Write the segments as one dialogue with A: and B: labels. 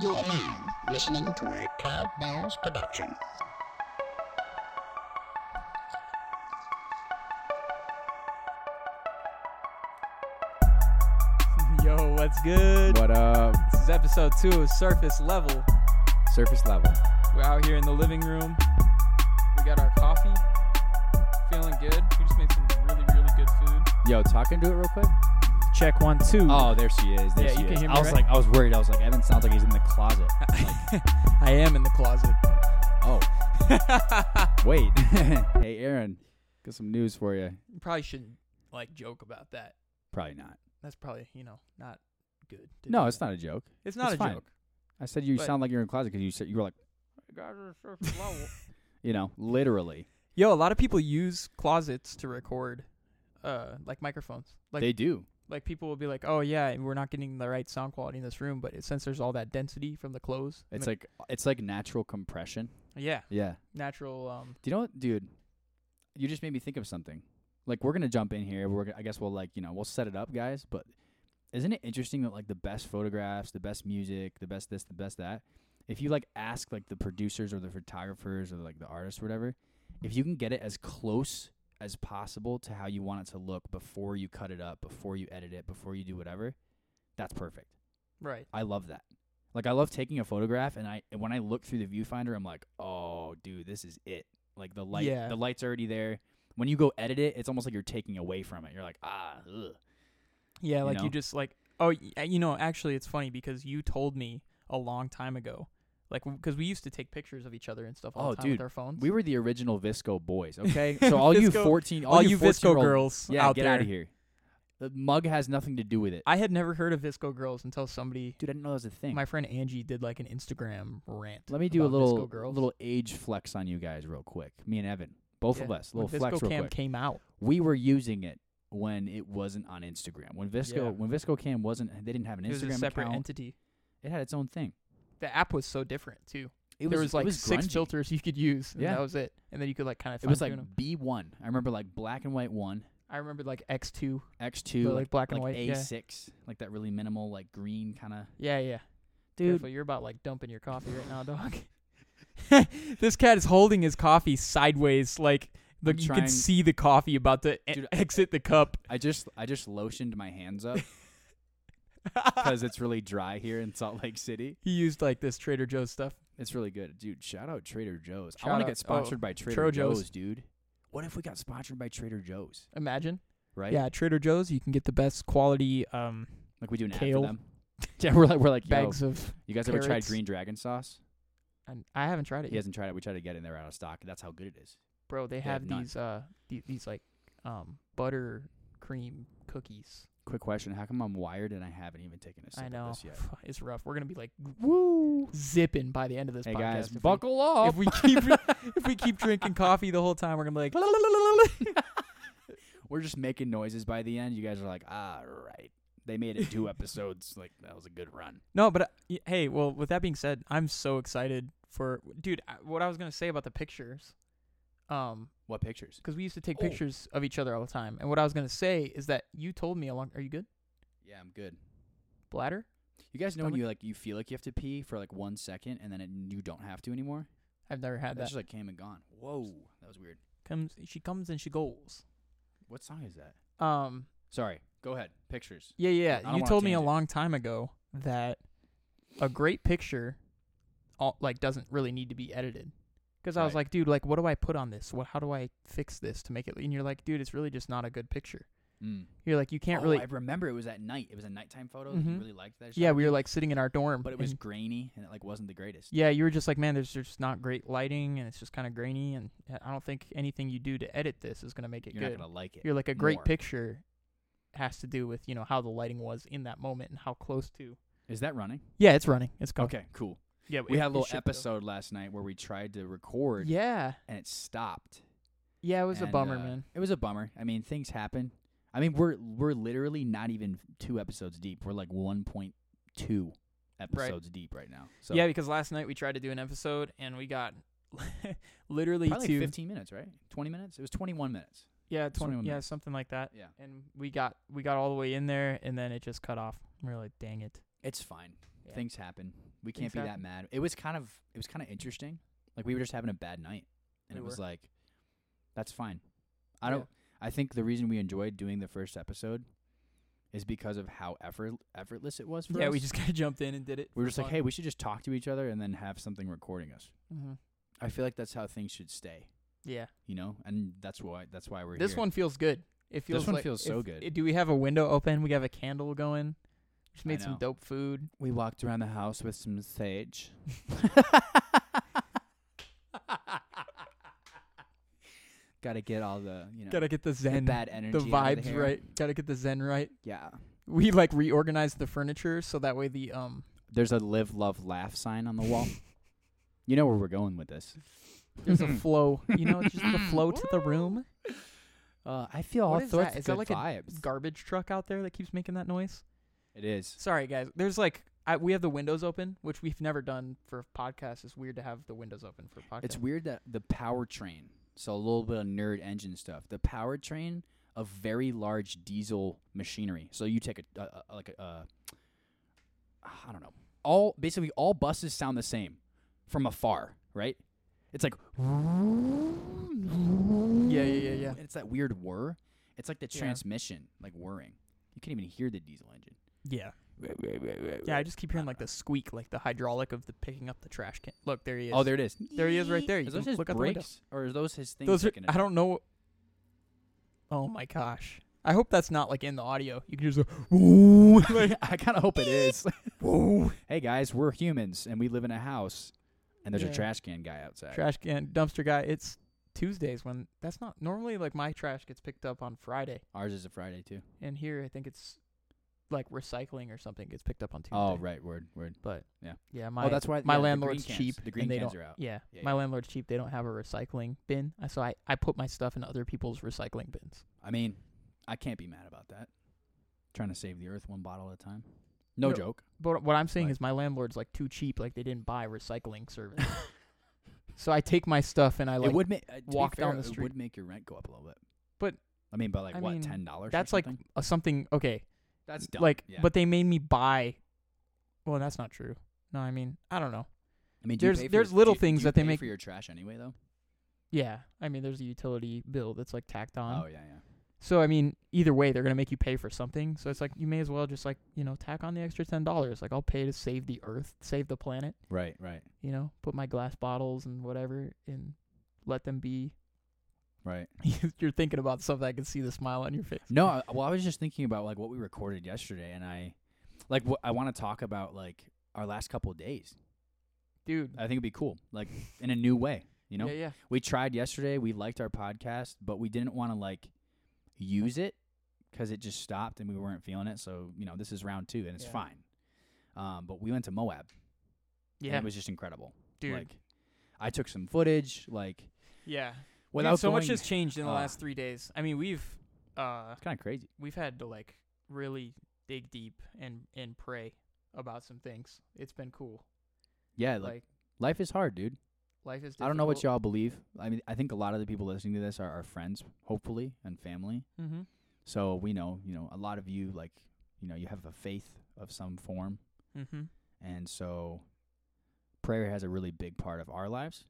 A: You're now listening to a Cloud Bells production.
B: Yo, what's good?
C: What up?
B: This is episode two of Surface Level.
C: Surface level.
B: We're out here in the living room. We got our coffee. Feeling good. We just made some really, really good food.
C: Yo, talk into it real quick.
B: Check one, two.
C: Oh, there she is. There
B: Yeah,
C: she
B: you can
C: is.
B: hear me,
C: I was
B: right?
C: like, I was worried. I was like, Evan sounds like he's in the closet.
B: I am in the closet.
C: oh, wait. hey, Aaron, got some news for you.
B: Probably shouldn't like joke about that.
C: Probably not.
B: That's probably, you know, not good. to
C: No,
B: do
C: it's
B: that.
C: not a joke.
B: It's not
C: it's
B: a
C: fine.
B: joke.
C: I said you
B: But-
C: sound like you're in the closet because you said you were like, you know, literally.
B: Yo, a lot of people use closets to record uh like microphones. Like
C: they do.
B: like people will be like, "Oh yeah, and we're not getting the right sound quality in this room, but it, since there's all that density from the clothes,
C: It's like it's like natural compression.
B: yeah,
C: Yeah.
B: natural. Um,
C: Do you know what, dude? You just made me think of something. Like we're gonna jump in here. We're gonna, I guess we'll like you know we'll set it up, guys. But isn't it interesting that like the best photographs, the best music, the best this, the best that, if you like ask like the producers or the photographers or like the artists or whatever, if you can get it as close as possible to how you want it to look before you cut it up, before you edit it, before you do whatever, that's perfect.
B: right?
C: I love that. Like I love taking a photograph and I and when I look through the viewfinder I'm like, "Oh, dude, this is it." Like the light
B: Yeah.
C: the light's already there. When you go edit it, it's almost like you're taking away from it. You're like, "Ah, ugh.
B: Yeah,
C: You
B: like you
C: know?
B: just like. Oh, y- uh, you know, actually, it's funny because you told me a long time ago, like because we used to take pictures of each other and stuff all
C: Oh,
B: the time with
C: dude,
B: our phones.
C: we were the original Visco boys, okay? So all you
B: Visco-
C: 14 all,
B: all you
C: 14
B: Visco
C: -year-old
B: girls
C: yeah,
B: out
C: get
B: there.
C: out of here. The mug has nothing to do with it.
B: I had never heard of Visco girls until somebody,
C: dude, I didn't know that was a thing.
B: my friend Angie, did like an Instagram rant.
C: Let me do a
B: about
C: little
B: Visco girls.
C: little age flex on you guys real quick. Me and Evan, both
B: Yeah,
C: of us,
B: when
C: little flex
B: Visco
C: real
B: Cam
C: quick.
B: came out.
C: we were using it when it wasn't on Instagram. When Visco
B: Yeah.
C: when Visco Cam wasn't they didn't have an
B: it was a
C: Instagram
B: separate
C: account.
B: entity.
C: it had its own thing.
B: The app was so different too.
C: It
B: there was, like
C: it was
B: six
C: grungy.
B: filters you could use, and
C: Yeah.
B: that was it. And then you could like kind of
C: It was
B: like
C: like B one. I remember like black and white one,
B: I remember like X two,
C: X two,
B: like,
C: like,
B: black and
C: like
B: white. Yeah.
C: A six, like that really minimal like green kind of
B: yeah, yeah.
C: dude.
B: Careful, you're about like dumping your coffee right now, dog. this cat is holding his coffee sideways, like the,
C: I'm
B: you can
C: trying-
B: see the coffee about to e-
C: Dude, I-
B: exit the cup.
C: I just I just lotioned my hands up because it's really dry here in Salt Lake City.
B: he used like this Trader Joe's stuff.
C: It's really good, dude. Shout out Trader Joe's.
B: Shout
C: I want
B: out-
C: to get
B: oh,
C: sponsored by Trader
B: Trader Joe's.
C: Joe's. dude. What if we got sponsored by Trader Joe's?
B: Imagine,
C: Right?
B: yeah, Trader Joe's. You can get the best quality um,
C: Like we do an ad
B: Kale.
C: for them. Yeah, we're like we're like yo,
B: bags of.
C: You guys ever tried
B: Carrots.
C: green dragon sauce?
B: And I haven't tried it
C: He
B: yet,
C: hasn't tried it. We tried to get it, and they're out of stock. That's how good it is.
B: bro. They, have,
C: have none.
B: these uh the- these like um butter cream cookies.
C: Quick question: How come I'm wired and I haven't even taken a sip
B: I know
C: of this yet?
B: it's rough. We're gonna be like
C: Woo!
B: zipping by the end of this
C: Hey
B: podcast.
C: guys,
B: if we-
C: buckle up.
B: if we keep if we keep drinking coffee the whole time, we're gonna be like,
C: We're just making noises by the end. You guys are like, ah, right. They made it two episodes. Like that was a good run.
B: no. But uh, y- hey, well, with that being said, I'm so excited for dude. I- What I was gonna say about the pictures, um,
C: What pictures?
B: because we used to take
C: Oh.
B: pictures of each other all the time, and what I was gonna say is that you told me along. Are you good?
C: Yeah, I'm good.
B: Bladder?
C: You guys know when
B: Stomach?
C: you like you feel like you have to pee for like one second and then it, you don't have to anymore.
B: I've never
C: That
B: had that.
C: just like came and gone. Whoa, that was weird.
B: Comes, she comes and she goes.
C: What song is that?
B: Um,
C: Sorry. Go ahead. Pictures.
B: yeah,
C: I
B: yeah.
C: don't
B: You
C: wanna
B: told me a
C: change it.
B: long time ago that a great picture, all, like, doesn't really need to be edited. Because I was
C: Right.
B: like, dude, like, what do I put on this? What, how do I fix this to make it? And you're like, dude, it's really just not a good picture.
C: Mm.
B: You're like, you can't
C: Oh,
B: really.
C: I remember it was at night. It was a nighttime photo.
B: Mhm.
C: You really liked that. or
B: yeah, we
C: something,
B: were like sitting in our dorm,
C: but it was
B: and-
C: grainy and it like wasn't the greatest.
B: yeah, you were just like, man, there's just not great lighting, and it's just kind of grainy, and I don't think anything you do to edit this is gonna make it
C: You're
B: good.
C: not gonna like it.
B: you're like a great
C: more.
B: picture has to do with you know how the lighting was in that moment and how close to
C: Is that running?
B: yeah it's running it's going
C: Okay, cool.
B: yeah
C: We
B: it-
C: had a
B: it
C: little
B: should go.
C: episode last night where we tried to record
B: yeah
C: and it stopped.
B: yeah it was a
C: And,
B: bummer
C: uh,
B: man
C: It was a bummer. I mean, things happen. I mean, we're we're literally not even two episodes deep. We're like 1.2 episodes deep right now. So
B: yeah because last night we tried to do an episode and we got literally
C: probably
B: to
C: 15 minutes, right? 20 minutes? It was 21 minutes.
B: yeah 20
C: 21
B: yeah
C: minutes.
B: something like that
C: Yeah.
B: and we got we got all the way in there and then it just cut off we're like dang it
C: It's fine.
B: Yeah.
C: Things happen. We
B: Things
C: can't be that
B: happen.
C: mad. It was kind of it was kind of interesting. Like we were just having a bad night, and
B: We
C: it was
B: were.
C: like, that's fine. I
B: Yeah.
C: don't. I think the reason we enjoyed doing the first episode is because of how effort effortless it was for
B: yeah,
C: us.
B: we just kind of jumped in and did it.
C: we were just like, hey, we should just talk to each other and then have something recording us.
B: hmm
C: I feel like that's how things should stay.
B: yeah,
C: You know, and that's why that's why we're
B: this
C: here.
B: one feels good. It feels.
C: one
B: like-
C: feels so
B: if-
C: good.
B: i- do we have a window open? We have a candle going. We just
C: I
B: made some
C: know.
B: dope food.
C: We walked around the house with some sage. Got to get all the you know
B: Gotta get the
C: the
B: zen,
C: bad energy,
B: the
C: out
B: vibes
C: of hair.
B: right. Gotta get the zen right.
C: Yeah.
B: We like reorganized the furniture so that way the um
C: There's a live, love, laugh sign on the wall. you know where we're going with this.
B: there's
C: Mm-hmm.
B: a flow. You know, just the flow to the room.
C: Uh, I feel all
B: What is
C: sorts
B: that?
C: of
B: Is that
C: good
B: like a
C: vibes.
B: Garbage truck out there that keeps making that noise.
C: it is.
B: Sorry guys, there's like I, we have the windows open, which we've never done for a podcast. It's weird to have the windows open for a podcast.
C: It's weird that the powertrain, so a little bit of nerd engine stuff, the powertrain of very large diesel machinery. So you take a, a, a like a, a, I don't know, all basically all buses sound the same from afar, right? It's like
B: yeah, yeah, yeah.
C: and it's that weird whir. It's like the
B: Yeah.
C: transmission, like whirring. You can't even hear the diesel engine.
B: Yeah. Yeah, I just keep hearing like
C: Uh-uh.
B: the squeak, like the hydraulic of the picking up the trash can. Look, there he is.
C: Oh, there it is.
B: There he is right there. You
C: Is those
B: can
C: his
B: look out the window.
C: brakes, or are those his things?
B: Those are,
C: picking it
B: I
C: up?
B: don't know. Oh my gosh. I hope that's not like in the audio. You can just go, like,
C: I kind of hope it is. hey guys, we're humans and we live in a house, and there's
B: Yeah.
C: a trash can guy outside.
B: trash can dumpster guy. It's Tuesdays when that's not normally like my trash gets picked up on Friday,
C: Ours is a Friday too.
B: and here I think it's like recycling or something gets picked up on Tuesday.
C: Oh right, word word.
B: Yeah, my
C: oh, that's why
B: my
C: yeah, the green
B: landlord's
C: cans-
B: cheap.
C: The green
B: and they
C: cans
B: don't,
C: are out.
B: Yeah,
C: Yeah,
B: my
C: yeah.
B: landlord's cheap. They don't have a recycling bin, Uh, so I I put my stuff in other people's recycling bins.
C: I mean, I can't be mad about that. Trying to save the earth one bottle at a time. No,
B: No.
C: joke.
B: But what I'm saying
C: Right.
B: is my landlord's like too cheap. Like they didn't buy recycling service. so I take my stuff and I like
C: it would make uh, to be
B: walk down
C: fair,
B: the
C: It would make your rent go up a little bit.
B: But-
C: I mean, by like
B: I
C: what
B: mean,
C: ten dollars?
B: that's like a something. Okay,
C: that's
B: like
C: yeah.
B: but they made me buy. Well, that's not true. No, I mean I don't know.
C: I mean, do you
B: there's-
C: pay for
B: there's
C: your-
B: little
C: do you-
B: things
C: do you
B: that they
C: pay
B: make-
C: for your trash anyway though.
B: Yeah, I mean there's a utility bill that's like tacked on.
C: Oh yeah, yeah.
B: So I mean, either way, they're gonna make you pay for something. So it's like you may as well just like you know tack on the extra ten dollars. Like I'll pay to save the earth, save the planet.
C: Right, right,
B: You know, put my glass bottles and whatever, and let them be.
C: right.
B: You're thinking about something. I can see the smile on your face.
C: No, I, well, I was just thinking about like what we recorded yesterday, and I, like, what I want to talk about like our last couple of days.
B: dude.
C: I think it'd be cool, like in a new way. You know,
B: Yeah, yeah.
C: we tried yesterday. We liked our podcast, but we didn't want to like use it because it just stopped and we weren't feeling it. So you know, this is round two, and it's
B: Yeah.
C: fine. Um, but we went to Moab, and
B: Yeah,
C: it was just incredible.
B: dude.
C: Like, I took some footage, like
B: yeah.
C: without
B: so much
C: going-
B: has changed in the
C: uh,
B: last three days. I mean, we've uh
C: It's kind of crazy.
B: we've had to like really dig deep and and pray about some things. It's been cool.
C: Yeah, like,
B: Like
C: life is hard, dude.
B: life is. Difficult.
C: I don't know what y'all believe. I mean, I think a lot of the people listening to this are our friends, hopefully, and family.
B: Mm-hmm.
C: So we know, you know, a lot of you like, you know, you have a faith of some form,
B: Mm-hmm.
C: and so prayer has a really big part of our lives.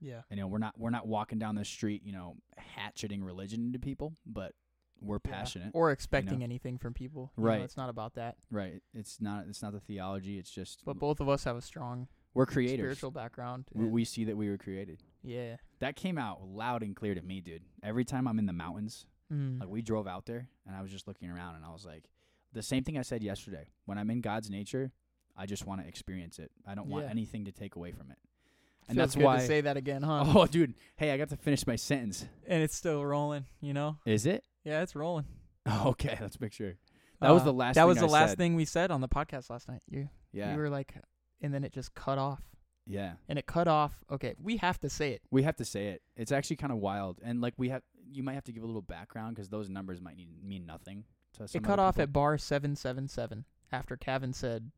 B: Yeah.
C: And, you know, we're not we're not walking down the street, you know, hatcheting religion into people, but we're
B: Yeah.
C: passionate.
B: or expecting anything from people. you know,
C: Right.
B: it's not about that.
C: Right? It's not it's not the theology. It's just
B: But both of us have a strong
C: we're creators.
B: spiritual background.
C: We,
B: and-
C: we see that we were created.
B: yeah.
C: That came out loud and clear to me, dude. Every time I'm in the mountains
B: Mm.
C: Like we drove out there and I was just looking around and I was like the same thing I said yesterday. When I'm in God's nature, I just want to experience it. I don't want
B: Yeah.
C: anything to take away from it.
B: Feels
C: And that's
B: good
C: why
B: to say that again, huh?
C: Oh dude, hey, I got to finish my sentence.
B: And it's still rolling, you know?
C: Is it?
B: Yeah, it's rolling.
C: Okay, let's make sure. That was
B: Uh,
C: the last
B: That
C: thing
B: was
C: I
B: the last
C: said.
B: thing we said on the podcast last night. You
C: Yeah.
B: you were like and then it just cut off.
C: yeah.
B: And it cut off. Okay, we have to say it.
C: We have to say it. It's actually kind of wild. And like we have you might have to give a little background cuz those numbers might need, mean nothing to some
B: it cut
C: other
B: off
C: people.
B: at bar 777 after Kevin said,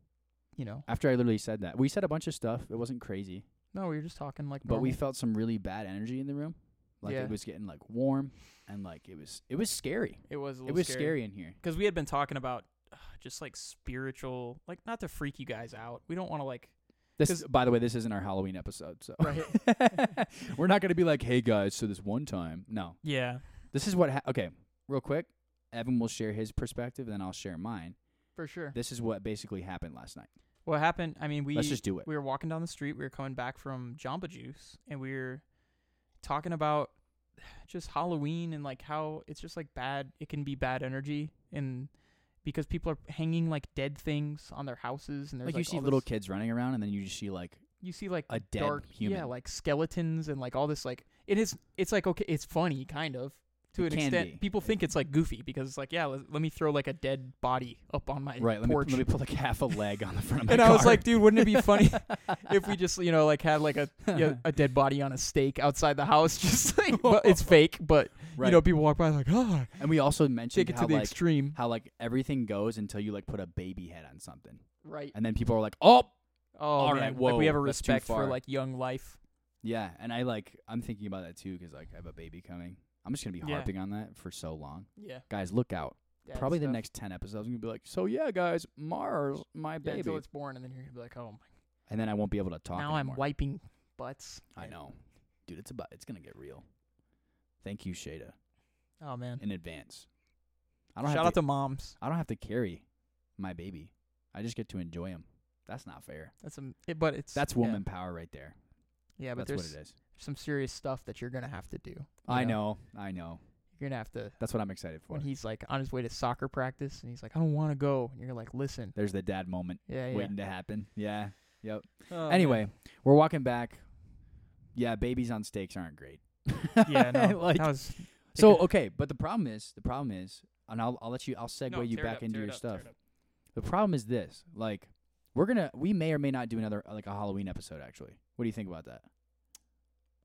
B: you know,
C: after I literally said that. We said a bunch of stuff. It wasn't crazy.
B: no, we were just talking like
C: but we
B: normal.
C: felt some really bad energy in the room. Like
B: Yeah.
C: it was getting like warm and like it was it was scary.
B: it was a
C: It was scary in here.
B: because we had been talking about uh, just like spiritual, like not to freak you guys out. We don't want to like
C: This,
B: 'Cause-
C: by the way, this isn't our Halloween episode, so
B: Right.
C: we're not going to be like, "Hey guys, so this one time." No,
B: yeah
C: this is what. Ha- okay, real quick, Evan will share his perspective, then I'll share mine.
B: for sure.
C: This is what basically happened last night.
B: What happened? I mean, we
C: Let's just do it.
B: we were walking down the street. We were coming back from Jamba Juice, and we were talking about just Halloween and like how it's just like bad. It can be bad energy, and because people are hanging like dead things on their houses, and there's
C: Like,
B: like,
C: you see
B: all
C: little
B: this-
C: kids running around, and then you just see like
B: you see like
C: a dead
B: dark
C: human.
B: yeah, like skeletons and like all this like it is. It's like okay, it's funny kind of to
C: It
B: an
C: can
B: extent.
C: be.
B: People think it's like goofy because it's like yeah, let, let me throw like a dead body up on my
C: right. Let me,
B: porch.
C: let me put like half a leg on the front of my
B: and I was
C: car.
B: like, dude, wouldn't it be funny if we just, you know, like had like a yeah, a dead body on a stake outside the house, just like, but it's fake, but
C: right.
B: you know, people walk by like, oh,
C: and we also mentioned
B: take it
C: how
B: to the
C: like
B: extreme,
C: how like everything goes until you like put a baby head on something,
B: right?
C: and then people are like, "Oh,
B: Oh,
C: all
B: man.
C: right,
B: like we have a
C: whoa, that's too
B: respect for
C: far.
B: like young life.
C: Yeah, and I like I'm thinking about that too because like I have a baby coming. I'm just gonna be
B: Yeah.
C: harping on that for so long,
B: Yeah,
C: guys. Look out! Probably the next ten episodes, I'm gonna be like, so yeah, guys, Mars, my
B: yeah,
C: baby,
B: until it's born, and then you're gonna be like, oh my,
C: and then I won't be able to talk.
B: now I'm
C: anymore.
B: wiping butts.
C: I know, dude. It's about it's gonna get real. Thank you, Shada,
B: Oh man,
C: in advance. I don't
B: shout
C: have
B: out to moms.
C: I don't have to carry my baby. I just get to enjoy him. That's not fair.
B: That's a, it, but it's
C: That's
B: yeah.
C: woman power right there.
B: Yeah, but
C: That's what
B: there's
C: it is.
B: some serious stuff that you're gonna have to do. you
C: I know. I know.
B: You're gonna have to
C: That's what I'm excited for.
B: when he's like on his way to soccer practice and he's like, I don't want to go. And you're like, listen,
C: There's the dad moment
B: yeah, yeah.
C: waiting to happen. Yeah.
B: Oh,
C: anyway,
B: man.
C: we're walking back. Yeah, babies on stakes aren't great.
B: yeah, no,
C: Like-
B: that was
C: So
B: could-
C: okay, but the problem is the problem is, and I'll I'll let you I'll segue you back into your stuff. The problem is this: like we're gonna we may or may not do another like a Halloween episode. Actually, what do you think about that?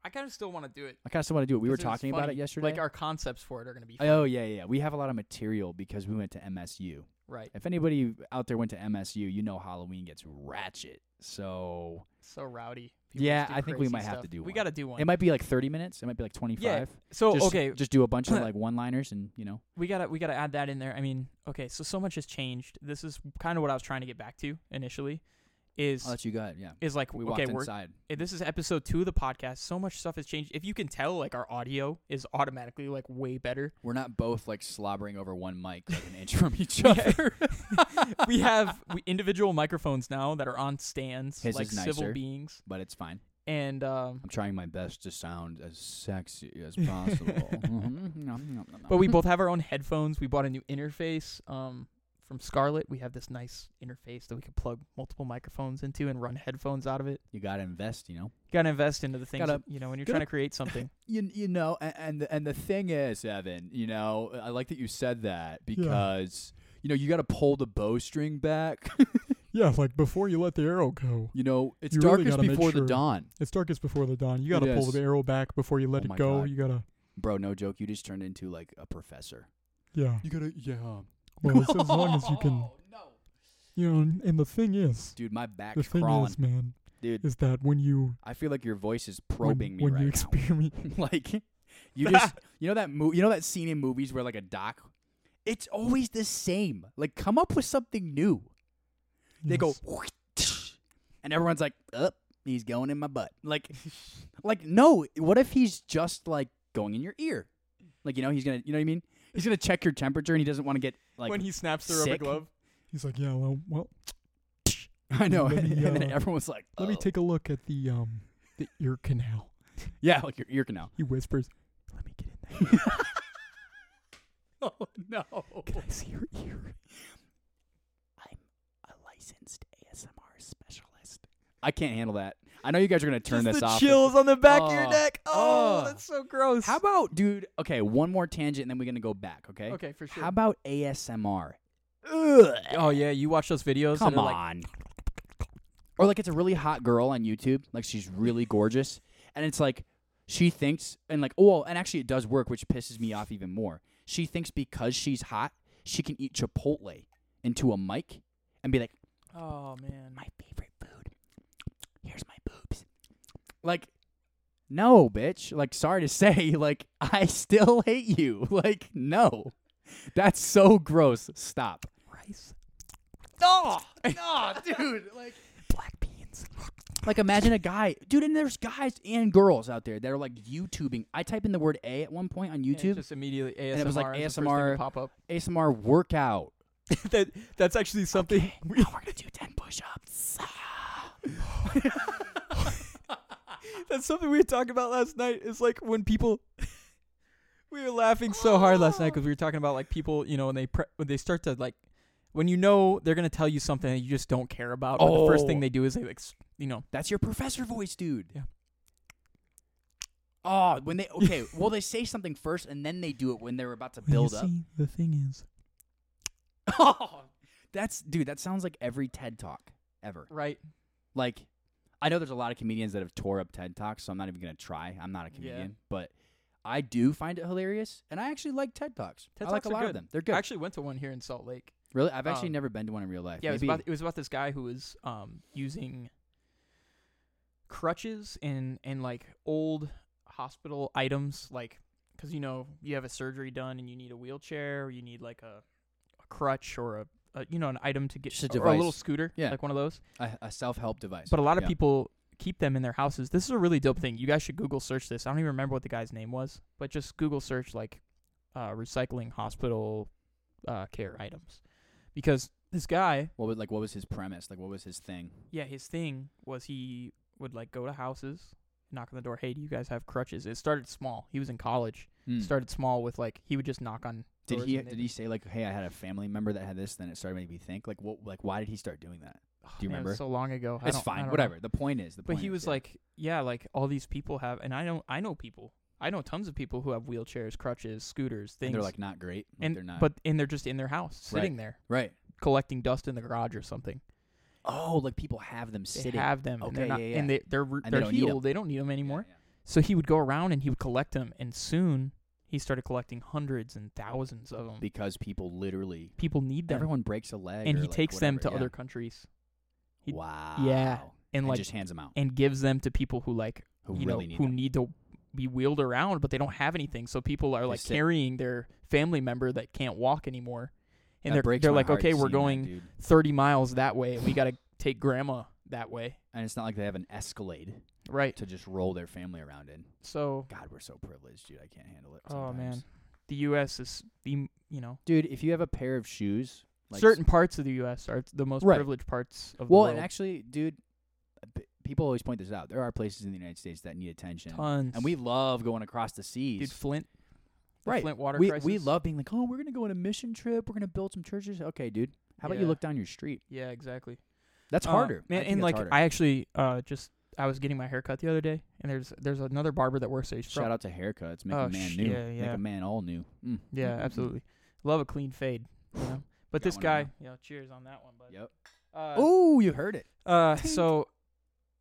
B: I kind of still want to do it.
C: I kind of still want to do it. We were
B: 'cause it was
C: talking about
B: funny.
C: it yesterday.
B: Like our concepts for it are gonna be
C: oh yeah, yeah. yeah. We have a lot of material because we went to MSU.
B: right.
C: If anybody out there went to MSU, you know Halloween gets ratchet. So
B: So rowdy. People
C: Yeah,
B: just do
C: I think we
B: crazy
C: might have
B: stuff.
C: to do
B: We
C: one.
B: got to do one.
C: it might be like thirty minutes. It might be like twenty five.
B: so
C: just,
B: Oh, okay,
C: Just do a bunch of like one liners and you know.
B: we gotta we gotta add that in there. I mean, okay, so so much has changed. This is kind of what I was trying to get back to initially. Is
C: I'll let you go ahead. Yeah.
B: is like
C: We walked
B: okay, we're
C: inside.
B: eh, this is episode two of the podcast. So much stuff has changed. If you can tell, like our audio is automatically like way better.
C: We're not both like slobbering over one mic like an inch from each other.
B: we have we, individual microphones now that are on stands,
C: His
B: like
C: is
B: civil
C: nicer.
B: beings,
C: but it's fine.
B: and um,
C: I'm trying my best to sound as sexy as possible. Mm-hmm.
B: but we both have our own headphones. We bought a new interface um, from Scarlett. We have this nice interface that we can plug multiple microphones into and run headphones out of it.
C: you gotta invest, you know.
B: Got to invest into the things
C: Gotta-
B: that, you know when you're
C: gotta-
B: trying to create something.
C: You you know, and and the, and the thing is, Evan, you know, I like that you said that because you know you gotta pull the bowstring back.
D: Yeah, like before you let the arrow go.
C: you know, it's
D: You really
C: darkest
D: gotta make
C: before the
D: sure-
C: dawn.
D: It's darkest before the dawn. You got
C: It
D: to pull
C: is.
D: the arrow back before you let
C: Oh my
D: it go.
C: God.
D: You got to,
C: Bro, no joke. You just turned into like a professor.
D: yeah.
C: You gotta, yeah.
D: Well, it's as long as you
C: Oh,
D: can, you know, and, and the thing is,
C: Dude, my back's
D: the thing
C: crawling.
D: is, man,
C: Dude,
D: is that when you,
C: I feel like your voice is
D: when,
C: probing me
D: when
C: right
D: you
C: now.
D: experience,
C: like you just you know that mo- you know that scene in movies where like a doc it's always the same. Like come up with something new. They go and everyone's like, "Up, he's going in my butt." Like like no, what if he's just like going in your ear? Like you know, he's going to, you know what I mean? He's going to check your temperature and he doesn't want to get like
B: when he snaps the rubber
C: sick.
B: glove.
D: he's like, yeah, well, well
C: I know.
D: Let me,
C: and then
D: uh,
C: everyone's like,
D: let me
C: "Oh."
D: take a look at the, um, the ear canal.
C: Yeah, like your ear canal.
D: He whispers, let me get in there.
C: Oh no!
D: Can I see your ear?
C: A licensed ASMR specialist. I can't handle that. I know you guys are gonna turn
B: Just
C: this
B: the
C: off.
B: chills on the back of your
C: Oh,
B: neck. Oh,
C: oh.
B: that's so gross.
C: How about, dude? Okay, one more tangent, and then we're gonna go back. Okay.
B: okay, for sure.
C: How about ASMR? Ugh.
B: oh yeah, you watch those videos.
C: Come
B: and they're
C: on.
B: like,
C: or like it's a really hot girl on YouTube, like she's really gorgeous, and it's like she thinks, and like oh, and actually it does work, which pisses me off even more. She thinks because she's hot, she can eat Chipotle into a mic and be like.
B: oh man,
C: my favorite food. Here's my boobs. Like, no, bitch. Like, sorry to say, like, I still hate you. Like, no. That's so gross. Stop.
B: rice
C: oh, no, dude, like
B: Black beans.
C: like imagine a guy, dude, and there's guys and girls out there that are like YouTubing. I type in the word A at one point on
B: And it
C: YouTube,
B: just immediately ASMR.
C: it was like
B: is the first thing to
C: ASMR.
B: pop up.
C: ASMR workout.
B: that that's actually something. we-
C: we're gonna do ten push-ups.
B: that's something we were talking about last night. Is like when people. we were laughing so hard last
C: Oh.
B: night because we were talking about like people, you know, when they pre- when they start to like, when you know they're gonna tell you something that you just don't care about, but the first thing
C: Oh.
B: they do is they like, s- you know,
C: That's your professor voice, dude.
B: Yeah.
C: Oh, when they okay, well they say something first and then they do it when they're about to build up.
D: See, the thing is,
C: Oh, that's dude. That sounds like every TED talk ever.
B: right?
C: Like, I know there's a lot of comedians that have tore up TED talks, so I'm not even gonna try. I'm not a
B: Yeah.
C: comedian, but I do find it hilarious, and I actually like TED talks.
B: TED
C: I like
B: Talks
C: a
B: are
C: lot of
B: good.
C: them. They're
B: I
C: good.
B: actually went to one here in Salt Lake.
C: really, I've actually
B: um,
C: never been to one in real life.
B: Yeah, it was
C: Maybe-
B: about it was about this guy who was um using crutches and and like old hospital items like cuz you know you have a surgery done and you need a wheelchair or you need like a, a crutch or a, a you know an item to get
C: Just a
B: or a little
C: device.
B: scooter
C: Yeah.
B: like one of those.
C: a, a self-help device.
B: But a lot of
C: Yeah.
B: people keep them in their houses. This is a really dope thing. You guys should Google search this. I don't even remember what the guy's name was, but just Google search like uh recycling hospital uh care items. Because this guy
C: What was like? What was his premise? Like, what was his thing?
B: yeah, his thing was he would like go to houses, knock on the door, hey, do you guys have crutches? It started small. He was in college.
C: Hmm.
B: Started small with like he would just knock on.
C: Did
B: doors
C: he?
B: and they-
C: Did he say like, "Hey, I had a family member that had this"? Then it started making me think. Like, what? Like, why did he start doing that?
B: Oh,
C: do you
B: man, it was
C: remember?
B: So long ago. I don't-
C: it's
B: I don't
C: fine.
B: know.
C: Whatever. The point is. The
B: But
C: point
B: he
C: is,
B: was
C: yeah.
B: like, yeah, like all these people have, and I know, I know people. I know tons of people who have wheelchairs, crutches, scooters, things.
C: and they're like not great. Like,
B: and
C: they're not.
B: but and they're just in their house,
C: Right.
B: sitting there,
C: right.
B: collecting dust in the garage or something.
C: Oh, like people have them
B: They
C: sitting.
B: have them, and they're
C: Okay,
B: not,
C: yeah,
B: and
C: yeah.
B: they, they're re-
C: And they
B: they're
C: don't need 'em.
B: healed. They don't need them
C: Yeah,
B: anymore.
C: yeah.
B: So he would go around and he would collect them, and soon he started collecting hundreds and thousands of them.
C: Because people literally,
B: People need them,
C: everyone breaks a leg,
B: and
C: or,
B: he
C: like,
B: takes them to
C: whatever,
B: other
C: yeah.
B: countries he-
C: wow.
B: and,
C: And
B: like
C: just hands them out.
B: and gives them to people who like
C: Who
B: you
C: really
B: know
C: need
B: who
C: them.
B: need to be wheeled around, but they don't have anything. So people are
C: They
B: like
C: sit-
B: carrying their family member that can't walk anymore, and
C: That
B: they're
C: breaks
B: they're
C: my
B: like,
C: heart
B: okay, we're
C: seeing that,
B: going
C: dude.
B: thirty miles that way, and we got to take grandma that way,
C: And it's not like they have an Escalade
B: right?
C: to just roll their family around in.
B: So,
C: God, we're so privileged, dude. I can't handle it.
B: oh
C: sometimes.
B: man, the U.S. is the m- you know
C: dude. If you have a pair of shoes, like
B: certain parts of the U.S. are the most
C: Right.
B: privileged parts of
C: Well,
B: the
C: and
B: world.
C: actually, dude, b- people always point this out. There are places in the United States that need attention,
B: Tons.
C: and we love going across the
B: dude
C: seas.
B: Flint, the
C: Right.
B: Flint water
C: we
B: crisis.
C: we love being like, oh, we're gonna go on a mission trip. We're gonna build some churches. Okay, dude. How about you
B: Yeah.
C: look down your street?
B: Yeah, exactly.
C: That's
B: Uh,
C: harder, I
B: man.
C: think
B: and
C: that's
B: like
C: harder.
B: I actually uh just I was getting my hair cut the other day, and there's there's another barber that works there. He's
C: shout
B: from-
C: out to haircuts, make
B: Oh,
C: a man
B: sh-
C: new,
B: yeah,
C: make
B: yeah.
C: a man all new. Mm.
B: Yeah,
C: Mm, mm, mm.
B: absolutely. Love a clean fade. You know? But
C: Got
B: this
C: one
B: guy,
C: right
B: you know, cheers on that one, bud.
C: Yep.
B: Uh,
C: Oh, you heard it.
B: Uh,
C: Tink.
B: so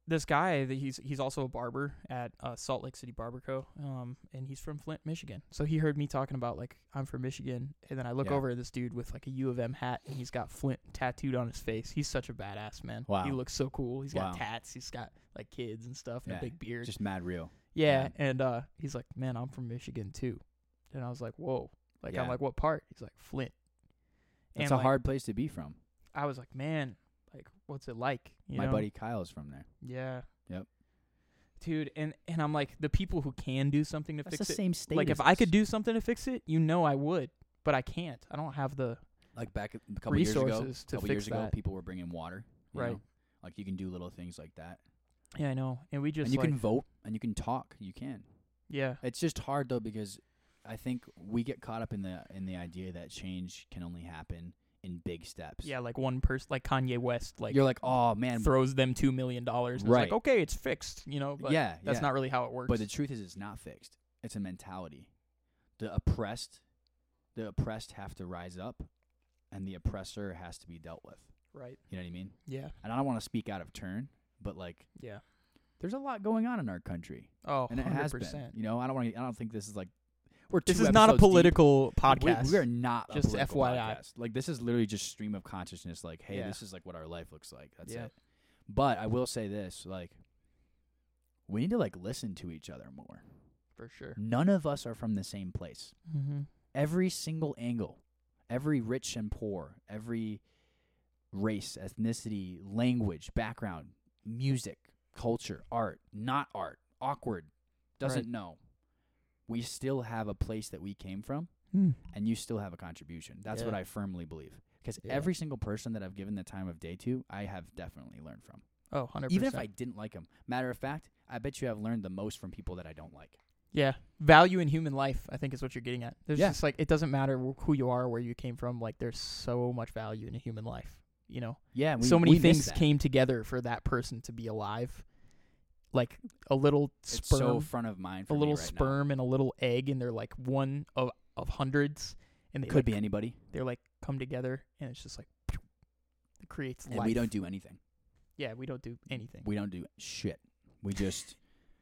B: this guy, that he's he's also a barber at uh, Salt Lake City Barber Co. Um, and he's from Flint, Michigan. So he heard me talking about like I'm from Michigan, and then I look
C: Yeah.
B: over at this dude with like a U of M hat, and he's got Flint tattooed on his face. He's such a badass man.
C: Wow.
B: He looks so cool. He's got
C: Wow.
B: tats. He's got like kids and stuff, and
C: Yeah,
B: a big beard.
C: Just mad real.
B: yeah.
C: man.
B: And uh, he's like, man, I'm from Michigan too. And I was like, whoa. Like I'm
C: Yeah.
B: like, what part? He's like, Flint.
C: It's
B: And,
C: a
B: like,
C: hard place to be from.
B: I was like, man, like what's it like? You
C: My
B: know?
C: buddy Kyle's from there.
B: Yeah.
C: Yep.
B: Dude, and and I'm like the people who can do something to
C: That's the
B: fix it.
C: same state.
B: Like
C: as
B: if I
C: us.
B: could do something to fix it, you know I would, but I can't. I don't have the
C: like back a couple years ago,
B: resources to
C: couple
B: fix
C: years ago,
B: that.
C: people were bringing water. you
B: Right.
C: know? Like you can do little things like that,
B: Yeah, I know. And we just
C: and you
B: like
C: can vote, and you can talk. You can.
B: yeah.
C: It's just hard though because I think we get caught up in the in the idea that change can only happen in big steps.
B: Yeah, like one person like Kanye West like
C: You're like, oh man,
B: throws them 2 million dollars and
C: Right.
B: it's like, "Okay, it's fixed," you know, but
C: yeah,
B: that's
C: yeah.
B: not really how it works.
C: But the truth is, it's not fixed. It's a mentality. The oppressed, the oppressed have to rise up, and the oppressor has to be dealt with.
B: right.
C: You know what I mean?
B: Yeah.
C: And I don't want to speak out of turn, but like,
B: Yeah.
C: there's a lot going on in our country.
B: Oh,
C: and it
B: 100%.
C: has been. You know, I don't want to. I don't think this is like we're.
B: This
C: two
B: is not a
C: episodes deep.
B: political
C: We-
B: podcast.
C: We, are not
B: Just
C: a political
B: FYI.
C: podcast. Like this is literally just stream of consciousness. Like, hey,
B: Yeah.
C: this is like what our life looks like. That's
B: Yeah.
C: it. But I will say this: like, we need to like listen to each other more.
B: for sure.
C: None of us are from the same place.
B: Mhm.
C: Every single angle, every rich and poor, every race, ethnicity, language, background, music, culture, art, not art, awkward, doesn't
B: Right.
C: know. We still have a place that we came from
B: Hmm.
C: and you still have a contribution. That's what
B: Yeah.
C: I firmly believe. Because
A: Yeah.
C: every single person that I've given the time of day to, I have definitely learned from.
B: Oh, 100%.
C: Even if I didn't like them. Matter of fact, I bet you I've learned the most from people that I don't like.
B: Yeah. Value in human life, I think, is what you're getting at. There's
C: Yeah.
B: just like, it doesn't matter wh- who you are or where you came from. Like, there's so much value in a human life, you know?
C: Yeah, we,
B: so many
C: we miss
B: things
C: that.
B: came together for that person to be alive. Like a little
C: It's
B: sperm,
C: so front of mind. For
B: a
C: me
B: little
C: right now.
B: sperm, and a little egg, and they're like one of of hundreds, and they
C: could
B: like,
C: be anybody,
B: They're like come together, and it's just like it creates
C: and
B: life.
C: we don't do anything.
B: Yeah, we don't do anything.
C: We don't do shit. We just,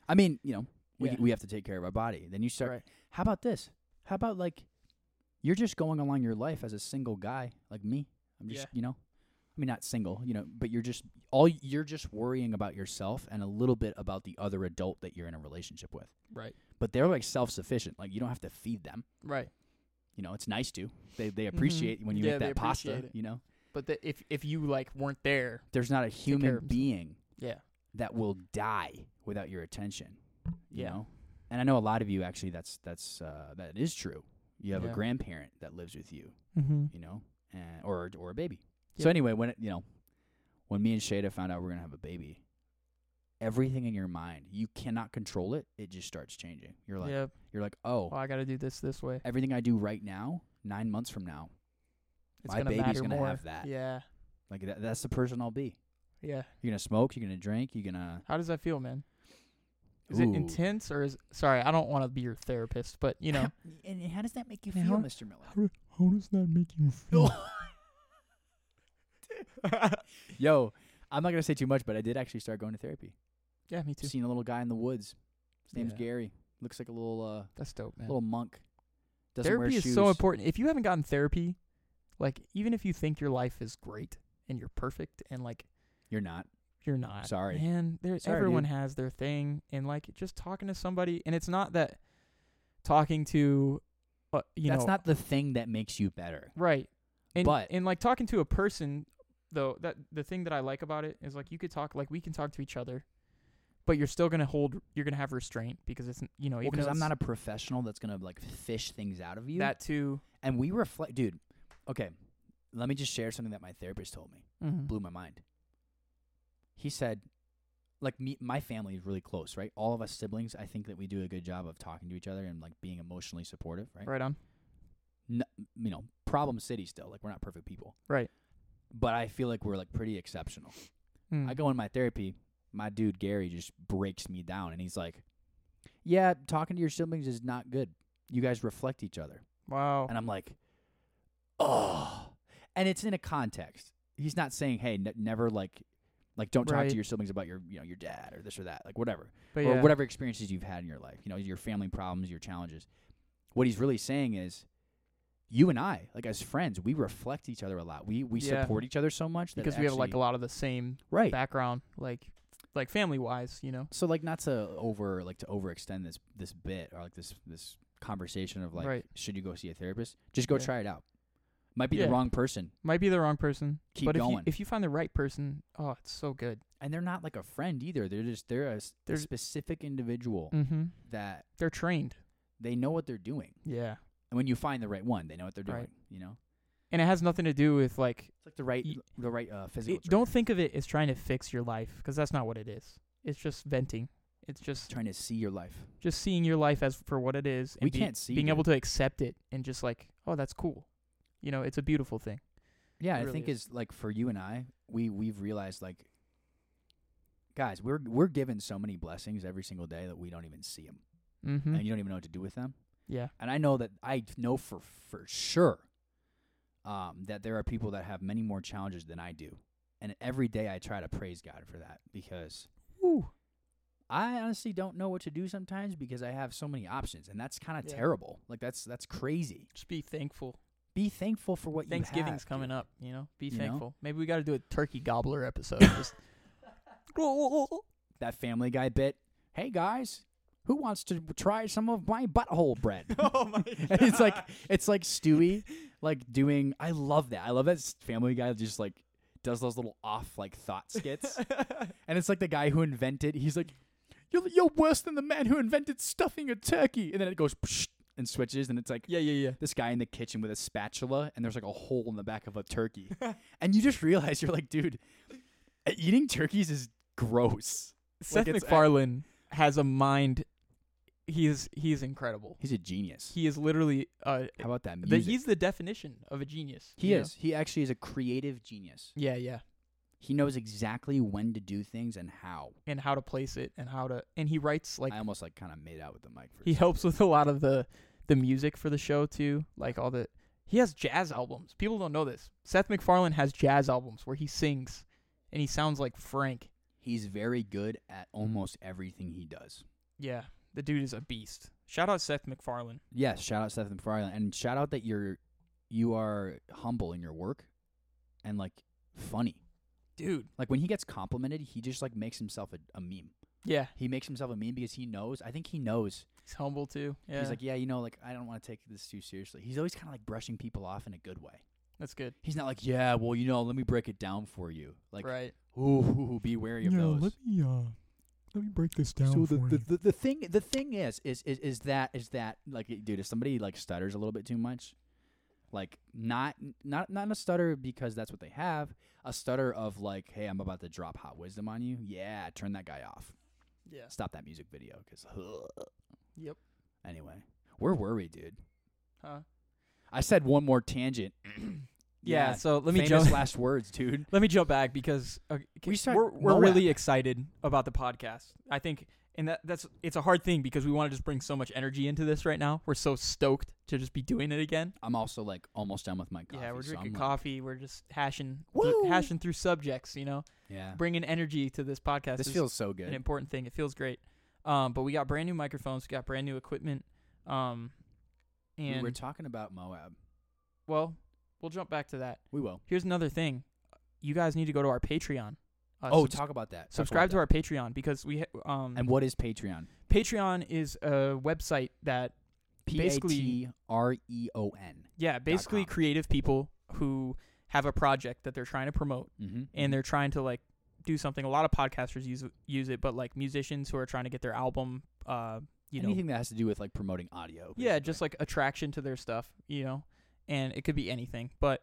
C: I mean, you know, we
B: Yeah.
C: we have to take care of our body. Then you start.
B: Right.
C: How about this? How about like, you're just going along your life as a single guy like me. I'm just,
B: Yeah.
C: you know, I mean, not single, you know, but you're just all you're just worrying about yourself and a little bit about the other adult that you're in a relationship with.
B: Right.
C: But they're like self sufficient. Like you don't have to feed them.
B: Right.
C: You know, it's nice to. They they
B: Mhm.
C: appreciate when you
B: Yeah,
C: make
B: they
C: that pasta.
B: appreciate it.
C: You know,
B: But the, if if you like weren't there,
C: there's not a human
B: of themselves.
C: being
B: yeah,
C: that will die without your attention. You
B: Yeah.
C: know? And I know a lot of you actually that's that's uh, that is true. You have
B: Yeah.
C: a grandparent that lives with you,
B: mm-hmm.
C: you know, and or or a baby.
B: Yep.
C: So anyway, when it, you know, when me and Shada found out we're gonna have a baby, everything in your mind, you cannot control it. It just starts changing. You're like
B: yeah.
C: you're like, oh,
B: Well, I got to do this this way.
C: everything I do right now, nine months from now,
B: It's
C: my
B: gonna
C: baby's
B: matter
C: gonna
B: more.
C: have that.
B: Yeah.
C: like that, that's the person I'll be.
B: Yeah.
C: You're gonna smoke. You're gonna drink. You're gonna
B: How does that feel, man? Is
C: Ooh.
B: it intense or is sorry? I don't want to be your therapist, but you know,
C: and how does that make you
D: Yeah,
C: feel,
D: how-
C: Mr. Miller?
D: How, how does that make you feel?
C: Yo, I'm not gonna say too much, but I did actually start going to therapy.
B: yeah, me too.
C: Seen a little guy in the woods. His name's
B: Yeah.
C: Gary. Looks like a little uh,
B: That's dope, man.
C: little monk. Doesn't wear
B: therapy is
C: shoes.
B: so important. If you haven't gotten therapy, like even if you think your life is great and you're perfect and like
C: You're not.
B: you're not,
C: Sorry.
B: man. There,
C: Sorry,
B: everyone
C: dude.
B: has their thing, and like just talking to somebody, and it's not that talking to, uh, you
C: That's
B: know,
C: not the thing that makes you better.
B: Right. And
C: But-
B: and like talking to a person though, that the thing that I like about it is like you could talk like we can talk to each other, but you're still gonna hold you're gonna have restraint because it's n- you know, even
C: Because
B: though
C: I'm
B: it's
C: not a professional that's gonna like fish things out of you.
B: that too
C: and we reflect, dude. Okay, let me just share something that my therapist told me. blew my mind. He said, like me, my family is really close, right? All of us siblings, I think that we do a good job of talking to each other and like being emotionally supportive, right?
B: right on.
C: You know, problem city still, like we're not perfect people,
B: Right.
C: But I feel like we're like pretty exceptional.
B: Mm.
C: I go in my therapy, my dude Gary just breaks me down, and he's like, "Yeah, talking to your siblings is not good. You guys reflect each other."
B: Wow.
C: And I'm like, oh. And it's in a context. He's not saying, hey, n- never like, like don't talk
B: Right.
C: to your siblings about your, you know, your dad or this or that, like whatever,
B: But
C: or
B: yeah.
C: whatever experiences you've had in your life, you know, your family problems, your challenges. What he's really saying is, you and I, like as friends, we reflect each other a lot. We we
B: Yeah.
C: support each other so much that
B: Because we have like a
C: actually-
B: lot of the same
C: right.
B: background, like like family wise, you know.
C: So like not to over like to overextend this this bit or like this this conversation of like
B: Right.
C: should you go see a therapist? Just go
B: Yeah.
C: try it out. Might be
B: Yeah.
C: the wrong person.
B: Might be the wrong person.
C: Keep
B: but if you
C: going.
B: if you find the right person, oh it's so good.
C: and they're not like a friend either. They're just they're a, s- a
B: There's-
C: specific individual
B: Mm-hmm.
C: that
B: They're trained.
C: they know what they're doing.
B: Yeah.
C: And when you find the right one, they know what they're doing.
B: Right.
C: You know,
B: And it has nothing to do with like
C: it's like the right
B: Y-
C: the right uh, physical.
B: It- don't think of it as trying to fix your life 'cause that's not what it is. It's just venting. It's just
C: trying to see your life.
B: just seeing your life as for what it is. And
C: We
B: be-
C: can't see,
B: being able to accept it and just like, oh, that's cool. You know, it's a beautiful thing.
C: Yeah,
B: It
C: I
B: really
C: think
B: is.
C: is like for you and I, we we've realized like, guys, we're we're given so many blessings every single day that we don't even see them,
B: Mm-hmm.
C: and you don't even know what to do with them.
B: Yeah.
C: And I know that I d- know for for sure um, that there are people that have many more challenges than I do, and every day I try to praise God for that because
B: Ooh.
C: I honestly don't know what to do sometimes because I have so many options, and that's kind of
B: Yeah.
C: terrible. Like that's that's crazy.
B: Just be thankful.
C: Be thankful for what you
B: Thanksgiving's
C: have,
B: coming
C: dude.
B: up. You know, be
C: You know?
B: thankful. Maybe we got to do a turkey gobbler episode. just
C: That Family Guy bit. Hey guys, who wants to try some of my butthole bread?
B: oh my!
C: and it's like it's like Stewie like doing. I love that. I love that s- Family Guy just like does those little off like thought skits, and it's like the guy who invented. He's like, "You're you're worse than the man who invented stuffing a turkey," and then it goes psh, and switches, and it's like
B: yeah, yeah, yeah.
C: this guy in the kitchen with a spatula, and there's like a hole in the back of a turkey, and you just realize you're like, dude, eating turkeys is gross.
B: Seth
C: it's-
B: MacFarlane has a mind. He's he's incredible.
C: He's a genius.
B: He is literally uh,
C: How about that
B: the,
C: music?
B: he's the definition of a genius.
C: he
B: you know?
C: is. He actually is a creative genius.
B: Yeah, yeah.
C: He knows exactly when to do things and how.
B: And how to place it, and how to, and he writes like
C: I almost like kind of made out with the mic. For a
B: he
C: second.
B: helps with a lot of the the music for the show too. Like all the he has jazz albums. People don't know this. Seth MacFarlane has jazz albums where he sings, and he sounds like Frank.
C: He's very good at almost everything he does.
B: Yeah, the dude is a beast. Shout out Seth MacFarlane.
C: Yes, shout out Seth MacFarlane, and shout out that you're you are humble in your work, and like funny.
B: Dude.
C: Like when he gets complimented, he just like makes himself a, a meme.
B: Yeah,
C: He makes himself a meme because he knows. I think he knows.
B: he's humble too. Yeah,
C: He's like, yeah, you know, like I don't want to take this too seriously. He's always kind of like brushing people off in a good way.
B: that's good.
C: He's not like, yeah, well, you know, let me break it down for you. Like,
B: right.
C: ooh, ooh, ooh, be wary
D: Yeah,
C: of those.
D: let me uh, let me break this down
C: so
D: for
C: the,
D: you.
C: the, the, the thing the thing is, is is is that is that like it- dude if somebody like stutters a little bit too much like not not not a stutter because that's what they have a stutter of like hey i'm about to drop hot wisdom on you yeah turn that guy off
B: Yeah.
C: stop that music video because
B: Yep.
C: anyway we're worried dude
B: Huh.
C: i said one more tangent
B: Yeah, so let me
C: famous
B: jump.
C: last words dude
B: let me jump back because uh,
C: We
B: we
C: start-
B: are we're
C: Moab.
B: really excited about the podcast. I think, and that that's it's a hard thing because we want to just bring so much energy into this right now. We're so stoked to just be doing it again.
C: i'm also like almost done with my coffee
B: yeah, we're
C: so
B: drinking
C: I'm, like-
B: coffee. We're just hashing th-
C: Woo!
B: hashing through subjects. You know,
C: yeah
B: bringing energy to this podcast.
C: this
B: is
C: feels so good
B: an important thing. It feels great. Um, but we got brand new microphones. We got brand new equipment. Um,
C: we
B: and
C: were talking about moab
B: well, we'll jump back to that.
C: we will
B: Here's another thing. You guys need to go to our Patreon. Uh,
C: oh,
B: subs-
C: talk about that. Talk
B: subscribe
C: about
B: to our Patreon because we ha- um
C: that. And what is Patreon?
B: Patreon is a website that
C: P A
B: Basically-
C: T R E O N.
B: yeah basically
C: com.
B: creative people who have a project that they're trying to promote
C: Mm-hmm.
B: and they're trying to like do something. A lot of podcasters use use it, but like musicians who are trying to get their album uh you know
C: anything that has to do with like promoting audio.
B: yeah just like attraction to their stuff you know and it could be anything but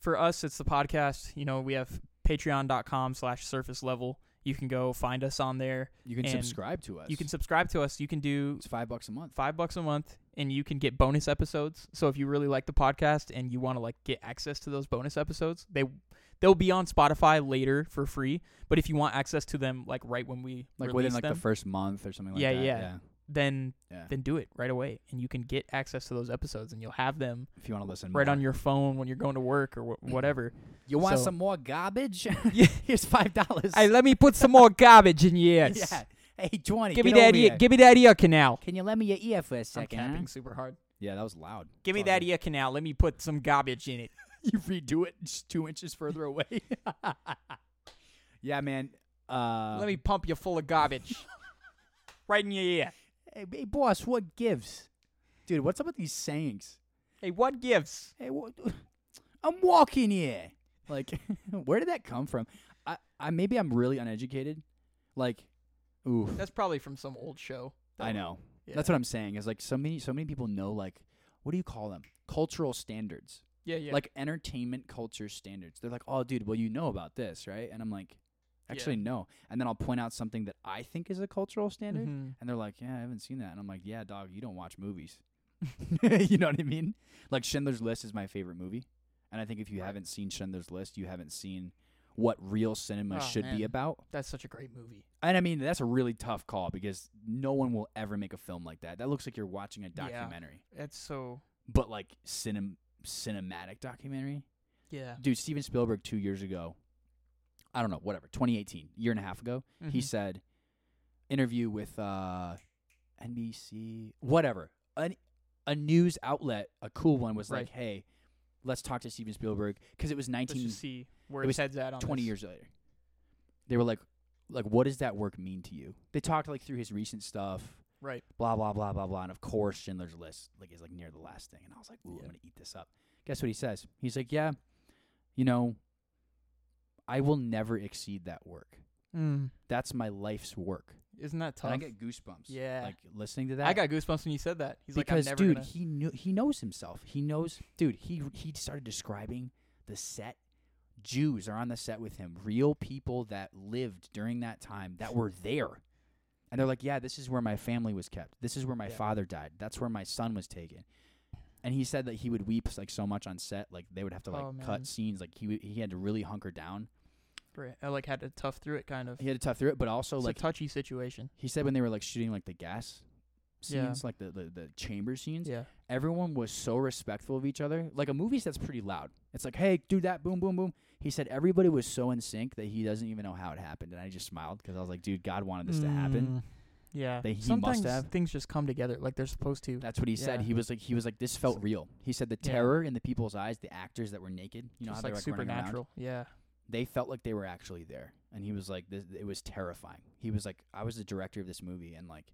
B: for us it's the podcast you know we have patreon.com slash surface level you can go find us on there
C: you can
B: and
C: subscribe to us.
B: you can subscribe to us you can do
C: It's five bucks a month.
B: five bucks a month and you can get bonus episodes so if you really like the podcast and you want to like get access to those bonus episodes they they'll be on spotify later for free but if you want access to them like right when we
C: Like
B: release
C: within like
B: them,
C: the first month or something like
B: Yeah,
C: that.
B: yeah.
C: yeah.
B: then
C: Yeah.
B: then do it right away and you can get access to those episodes and you'll have them
C: If you want to listen,
B: right
C: more.
B: on your phone when you're going to work or wh- whatever.
C: You want
B: so-
C: some more garbage?
B: Yeah.
C: Here's five dollars.
B: hey, let me put some more garbage in your ears.
C: Yeah. Hey, twenty.
B: Give me
C: get
B: that
C: over
B: ear.
C: here.
B: Give me that ear canal.
C: Can you lend me your ear for a second? huh?
B: super hard.
C: Yeah, that was loud.
B: Give me
C: It's all
B: that ear canal. Let me put some garbage in it.
C: you redo it just two inches further away. yeah, man. Uh,
B: let me pump you full of garbage. right in your ear.
C: Hey, hey, boss, what gives? Dude, what's up with these sayings?
B: Hey, what gives?
C: Hey, what, I'm walking here. Like, where did that come from? I, I maybe I'm really uneducated. Like, ooh,
B: That's probably from some old show.
C: I know.
B: Yeah.
C: That's what I'm saying. Is like so many, so many people know. Like, what do you call them? Cultural standards,
B: Yeah, yeah.
C: like entertainment culture standards. They're like, oh, dude, well, you know about this, right? And I'm like,
B: Yeah.
C: actually, no. And then I'll point out something that I think is a cultural standard.
B: Mhm.
C: And they're like, "Yeah, I haven't seen that." And I'm like, "Yeah, dog, you don't watch movies." you know what I mean? Like Schindler's List is my favorite movie, and I think if you haven't seen Schindler's List, you haven't seen what real cinema
B: Oh,
C: should
B: man.
C: be about.
B: That's such a great movie.
C: And I mean, that's a really tough call because no one will ever make a film like that. That looks like you're watching a
B: Yeah.
C: documentary,
B: That's so.
C: but like cinem- cinematic documentary.
B: Yeah.
C: Dude, Steven Spielberg 2 years ago, I don't know, whatever, 2018, year and a half ago, he
B: Mhm.
C: said interview with uh NBC whatever an, a news outlet a cool one was like
B: Right.
C: hey let's talk to Steven Spielberg cuz it was
B: Let's
C: 19
B: just see where
C: it
B: his
C: was
B: head's at on
C: 20
B: this.
C: years later they were like like what does that work mean to you they talked like through his recent stuff
B: Right.
C: blah blah blah blah blah and of course Schindler's List like is like near the last thing and I was like
B: Yeah.
C: ooh I'm going to eat this up guess what he says he's like yeah you know I will never exceed that work.
B: Mm.
C: That's my life's work.
B: Isn't that tough?
C: And I get goosebumps.
B: Yeah.
C: Like listening to that.
B: I got goosebumps when you said that. He's
C: because
B: like, I'm never
C: dude,
B: gonna.
C: he knew he knows himself. He knows, dude. He he started describing the set. Jews are on the set with him. Real people that lived during that time that were there, and they're like, "Yeah, this is where my family was kept. This is where my
B: Yeah.
C: father died. That's where my son was taken." And he said that he would weep like so much on set, like they would have to like
B: Oh, man.
C: cut scenes. Like he would- he had to really hunker down.
B: Right. I like had to tough through it, kind of.
C: He had to tough through it, but also
B: it's
C: like
B: a touchy situation.
C: he said when they were like shooting like the gas scenes,
B: Yeah.
C: like the, the the chamber scenes,
B: Yeah.
C: everyone was so respectful of each other. Like a movie that's pretty loud. It's like, hey, do that, boom, boom, boom. He said everybody was so in sync that he doesn't even know how it happened, and I just smiled because I was like, dude, God wanted this to happen.
B: Mm, Yeah.
C: That he must
B: Sometimes
C: have.
B: things just come together like they're supposed to.
C: That's what he said.
B: Yeah.
C: He was like, he was like, this felt real. He said the
B: Yeah.
C: terror in the people's eyes, the actors that were naked, you know,
B: just
C: how they
B: like,
C: were like running around,
B: supernatural. Yeah.
C: they felt like they were actually there. And he was like, this, it was terrifying. He was like, I was the director of this movie, and like,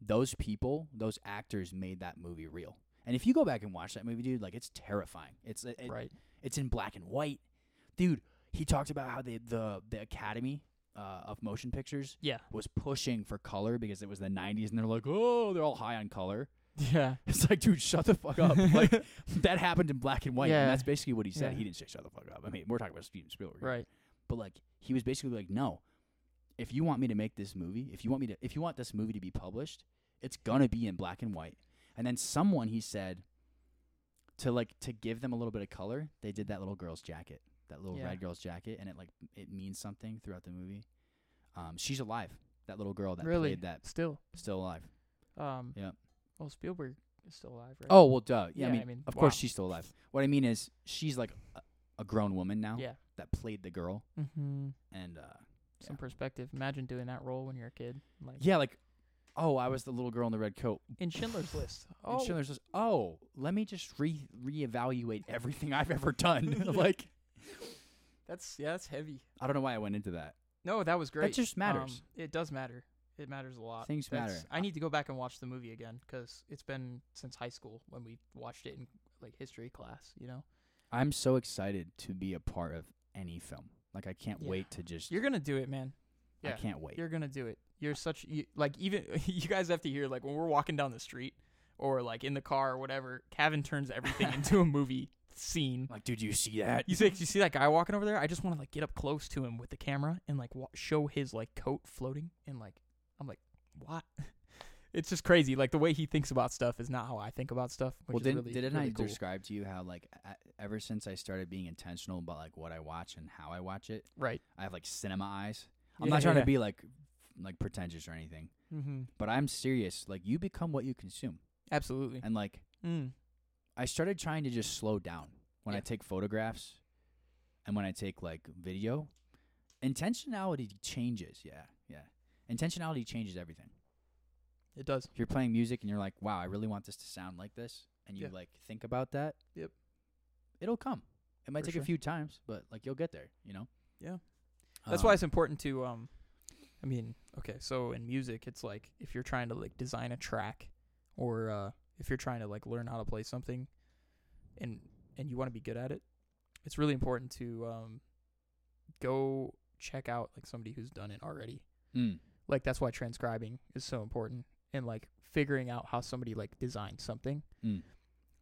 C: those people, those actors made that movie real. And if you go back and watch that movie, dude, like it's terrifying. It's it, it-
B: right.
C: It's in black and white, dude. He talked about how the the the Academy uh, of Motion Pictures
B: Yeah.
C: was pushing for color because it was the '90s, and they're like, oh, they're all high on color.
B: Yeah.
C: It's like, dude, shut the fuck up. like that happened in black and white,
B: Yeah.
C: and that's basically what he said.
B: Yeah.
C: He didn't say shut the fuck up. I mean, we're talking about Steven Spielberg, here.
B: Right.
C: But like, he was basically like, no, if you want me to make this movie, if you want me to, if you want this movie to be published, it's gonna be in black and white. And then someone he said to like to give them a little bit of color, they did that little girl's jacket, that little
B: Yeah.
C: red girl's jacket, and it like it means something throughout the movie. Um, she's alive. That little girl that
B: Really?
C: played that
B: Still.
C: still alive.
B: Um.
C: Yeah.
B: Well, Spielberg is still alive, right?
C: Oh well, duh. Yeah,
B: Yeah,
C: I, mean,
B: I mean,
C: of
B: wow.
C: course she's still alive. What I mean is, she's like a, a grown woman now
B: Yeah.
C: that played the girl,
B: Mm-hmm.
C: and uh,
B: Some
C: Yeah.
B: perspective. Imagine doing that role when you're a kid. Like
C: yeah, like, oh, I was the little girl in the red coat.
B: in Schindler's List.
C: Oh.
B: Oh.
C: And Schindler's List, oh, let me just re reevaluate everything I've ever done. like,
B: That's yeah. That's heavy.
C: I don't know why I went into that.
B: No, that was great.
C: just matters.
B: Um, it does matter. It matters a lot.
C: Things
B: That's-
C: matter.
B: I need to go back and watch the movie again because it's been since high school when we watched it in like history class. You know,
C: I'm so excited to be a part of any film. Like, I can't
B: Yeah.
C: wait to just.
B: you're gonna do it, man.
C: I
B: yeah.
C: can't wait.
B: You're gonna do it. You're such you, like even you guys have to hear like when we're walking down the street or like in the car or whatever. Kevin turns everything into a movie scene.
C: like, dude, you see that?
B: You see, you see that guy walking over there. I just want to like get up close to him with the camera and like wa- show his like coat floating and like I'm like, what? It's just crazy. Like the way he thinks about stuff is not how I think about stuff. Which
C: well,
B: is
C: didn't,
B: really,
C: didn't
B: really
C: I
B: cool.
C: describe to you how, like, I, ever since I started being intentional about, like, what I watch and how I watch it,
B: Right.
C: I have, like, cinema eyes. I'm
B: Yeah,
C: not trying
B: yeah.
C: to be, like, like pretentious or anything,
B: Mm-hmm.
C: but I'm serious. Like, you become what you consume.
B: Absolutely.
C: And, like,
B: Mm.
C: I started trying to just slow down when I
B: Yeah.
C: take photographs and when I take like video. Intentionality changes. Yeah. Yeah. Intentionality changes everything.
B: It does.
C: If you're playing music and you're like, wow, I really want this to sound like this, and you
B: Yeah.
C: like think about that.
B: Yep.
C: It'll come. It might
B: For
C: take a
B: sure.
C: few times, but like you'll get there, you know?
B: Yeah. That's
C: Um,
B: why it's important to um I mean, okay, so in music it's like if you're trying to like design a track or uh if you're trying to like learn how to play something and and you want to be good at it, it's really important to um go check out like somebody who's done it already.
C: Mm.
B: Like that's why transcribing is so important and like figuring out how somebody like designed something
C: Mm.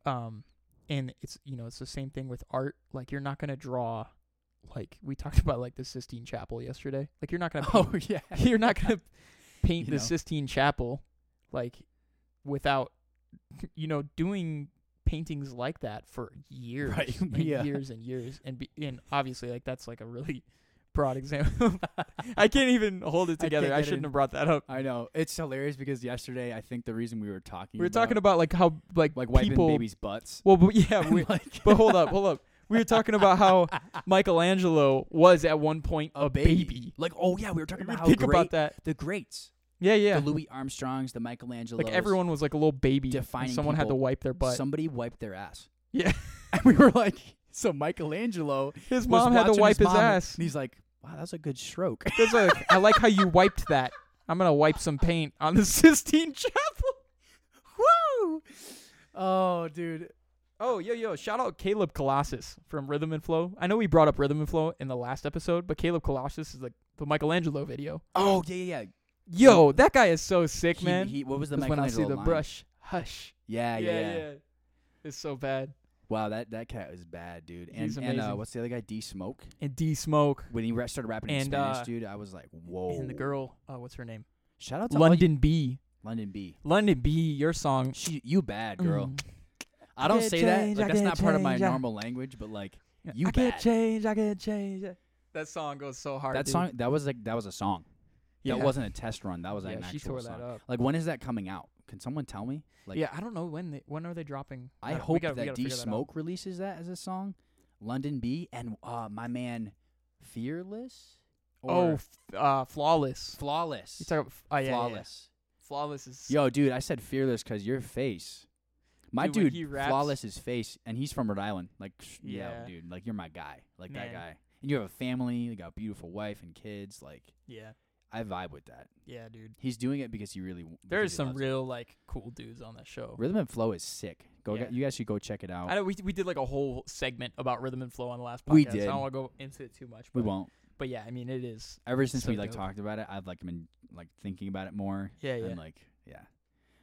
B: um and it's you know it's the same thing with art like you're not going to draw like we talked about like the Sistine Chapel yesterday like you're not going to
C: Oh, yeah.
B: you're not going to paint
C: You
B: the
C: know?
B: Sistine Chapel like without you know doing paintings like that for years
C: Right,
B: and
C: yeah.
B: years and years and be, and obviously like that's like a really broad example I can't even hold it
C: I
B: together
C: can't
B: I,
C: get it
B: shouldn't
C: in.
B: have brought that up
C: I know. It's hilarious because yesterday, I think the reason we were talking
B: we were talking about like how like
C: like wiping
B: people
C: babies' butts.
B: well but yeah we,
C: like,
B: but hold up hold up we were talking about how Michelangelo was at one point a, baby.
C: Like, oh yeah, we were talking
B: You
C: about how
B: think
C: great
B: about that.
C: the greats,
B: Yeah, yeah.
C: the Louis Armstrongs, the Michelangelos.
B: like everyone was like a little baby. and
C: defining
B: someone had to
C: people.
B: wipe their butt.
C: somebody wiped their ass.
B: Yeah.
C: and we were like, so Michelangelo,
B: his
C: was
B: mom had to
C: watching
B: wipe his,
C: mom,
B: ass.
C: and he's like, wow, that's a good stroke.
B: That's like, I like how you wiped that. I'm gonna wipe some paint on the Sistine Chapel.
C: Woo! Oh, dude,
B: Oh, yo, yo! Shout out Caleb Colossus from Rhythm and Flow. I know we brought up Rhythm and Flow in the last episode, but Caleb Colossus is like the Michelangelo video.
C: Oh yeah, yeah, yeah.
B: Yo, that guy is so sick,
C: He-
B: man.
C: He, what was the
B: 'Cause when I see
C: Michelangelo
B: the
C: line?
B: brush, hush.
C: Yeah yeah, yeah,
B: It's so bad.
C: Wow, that that cat is bad, dude. And,
B: He's
C: and uh,
B: amazing.
C: what's the other guy? D Smoke.
B: And D Smoke
C: When he ra- started rapping in
B: And,
C: Spanish,
B: uh,
C: dude, I was like, whoa.
B: and the girl. Uh, what's her name?
C: Shout out to all you-
B: London B.
C: London B.
B: London B. Your song.
C: She, you bad girl.
B: Mm.
C: I don't
B: can't
C: say that.
B: change,
C: Like
B: I
C: that's
B: can't
C: not part of my
B: change, I-
C: normal language, but like You
B: I
C: bad.
B: can't change. I can't change. That song goes so hard.
C: that
B: dude.
C: song, that was like that was a song.
B: Yeah.
C: That wasn't a test run. That was
B: Yeah,
C: an
B: she
C: actual
B: tore
C: song.
B: that up.
C: Like when is that coming out? Can someone tell me? Like
B: yeah, I don't know when they when are they dropping.
C: I
B: Uh, we
C: hope
B: gotta- we
C: that
B: gotta
C: D
B: figure out.
C: Smoke releases that as a song. London B and uh my man Fearless
B: Oh,
C: or
B: f- uh, flawless.
C: Flawless.
B: You talk about f- oh, yeah, yeah, yeah.
C: Flawless.
B: Flawless is
C: Yo, dude, I said Fearless cuz your face. My
B: Dude, when
C: dude,
B: he raps-
C: Flawless's face and he's from Rhode Island. Like yeah,
B: Yeah.
C: dude, like you're my guy. Like that
B: Man.
C: guy. And you have a family, you got a beautiful wife and kids, like
B: yeah,
C: I vibe with that.
B: yeah, dude.
C: He's doing it because he really w- because
B: There's
C: he
B: some
C: loves it.
B: real like cool dudes on that show.
C: Rhythm and Flow is sick. Go
B: Yeah.
C: you guys should go check it out.
B: I know we we did like a whole segment about rhythm and flow on the last podcast.
C: We
B: I
C: did.
B: don't want to go into it too much. But,
C: we won't.
B: But yeah, I mean it is.
C: Ever since
B: So
C: we like
B: dope.
C: talked about it, I've like been like thinking about it more.
B: Yeah, yeah.
C: and like yeah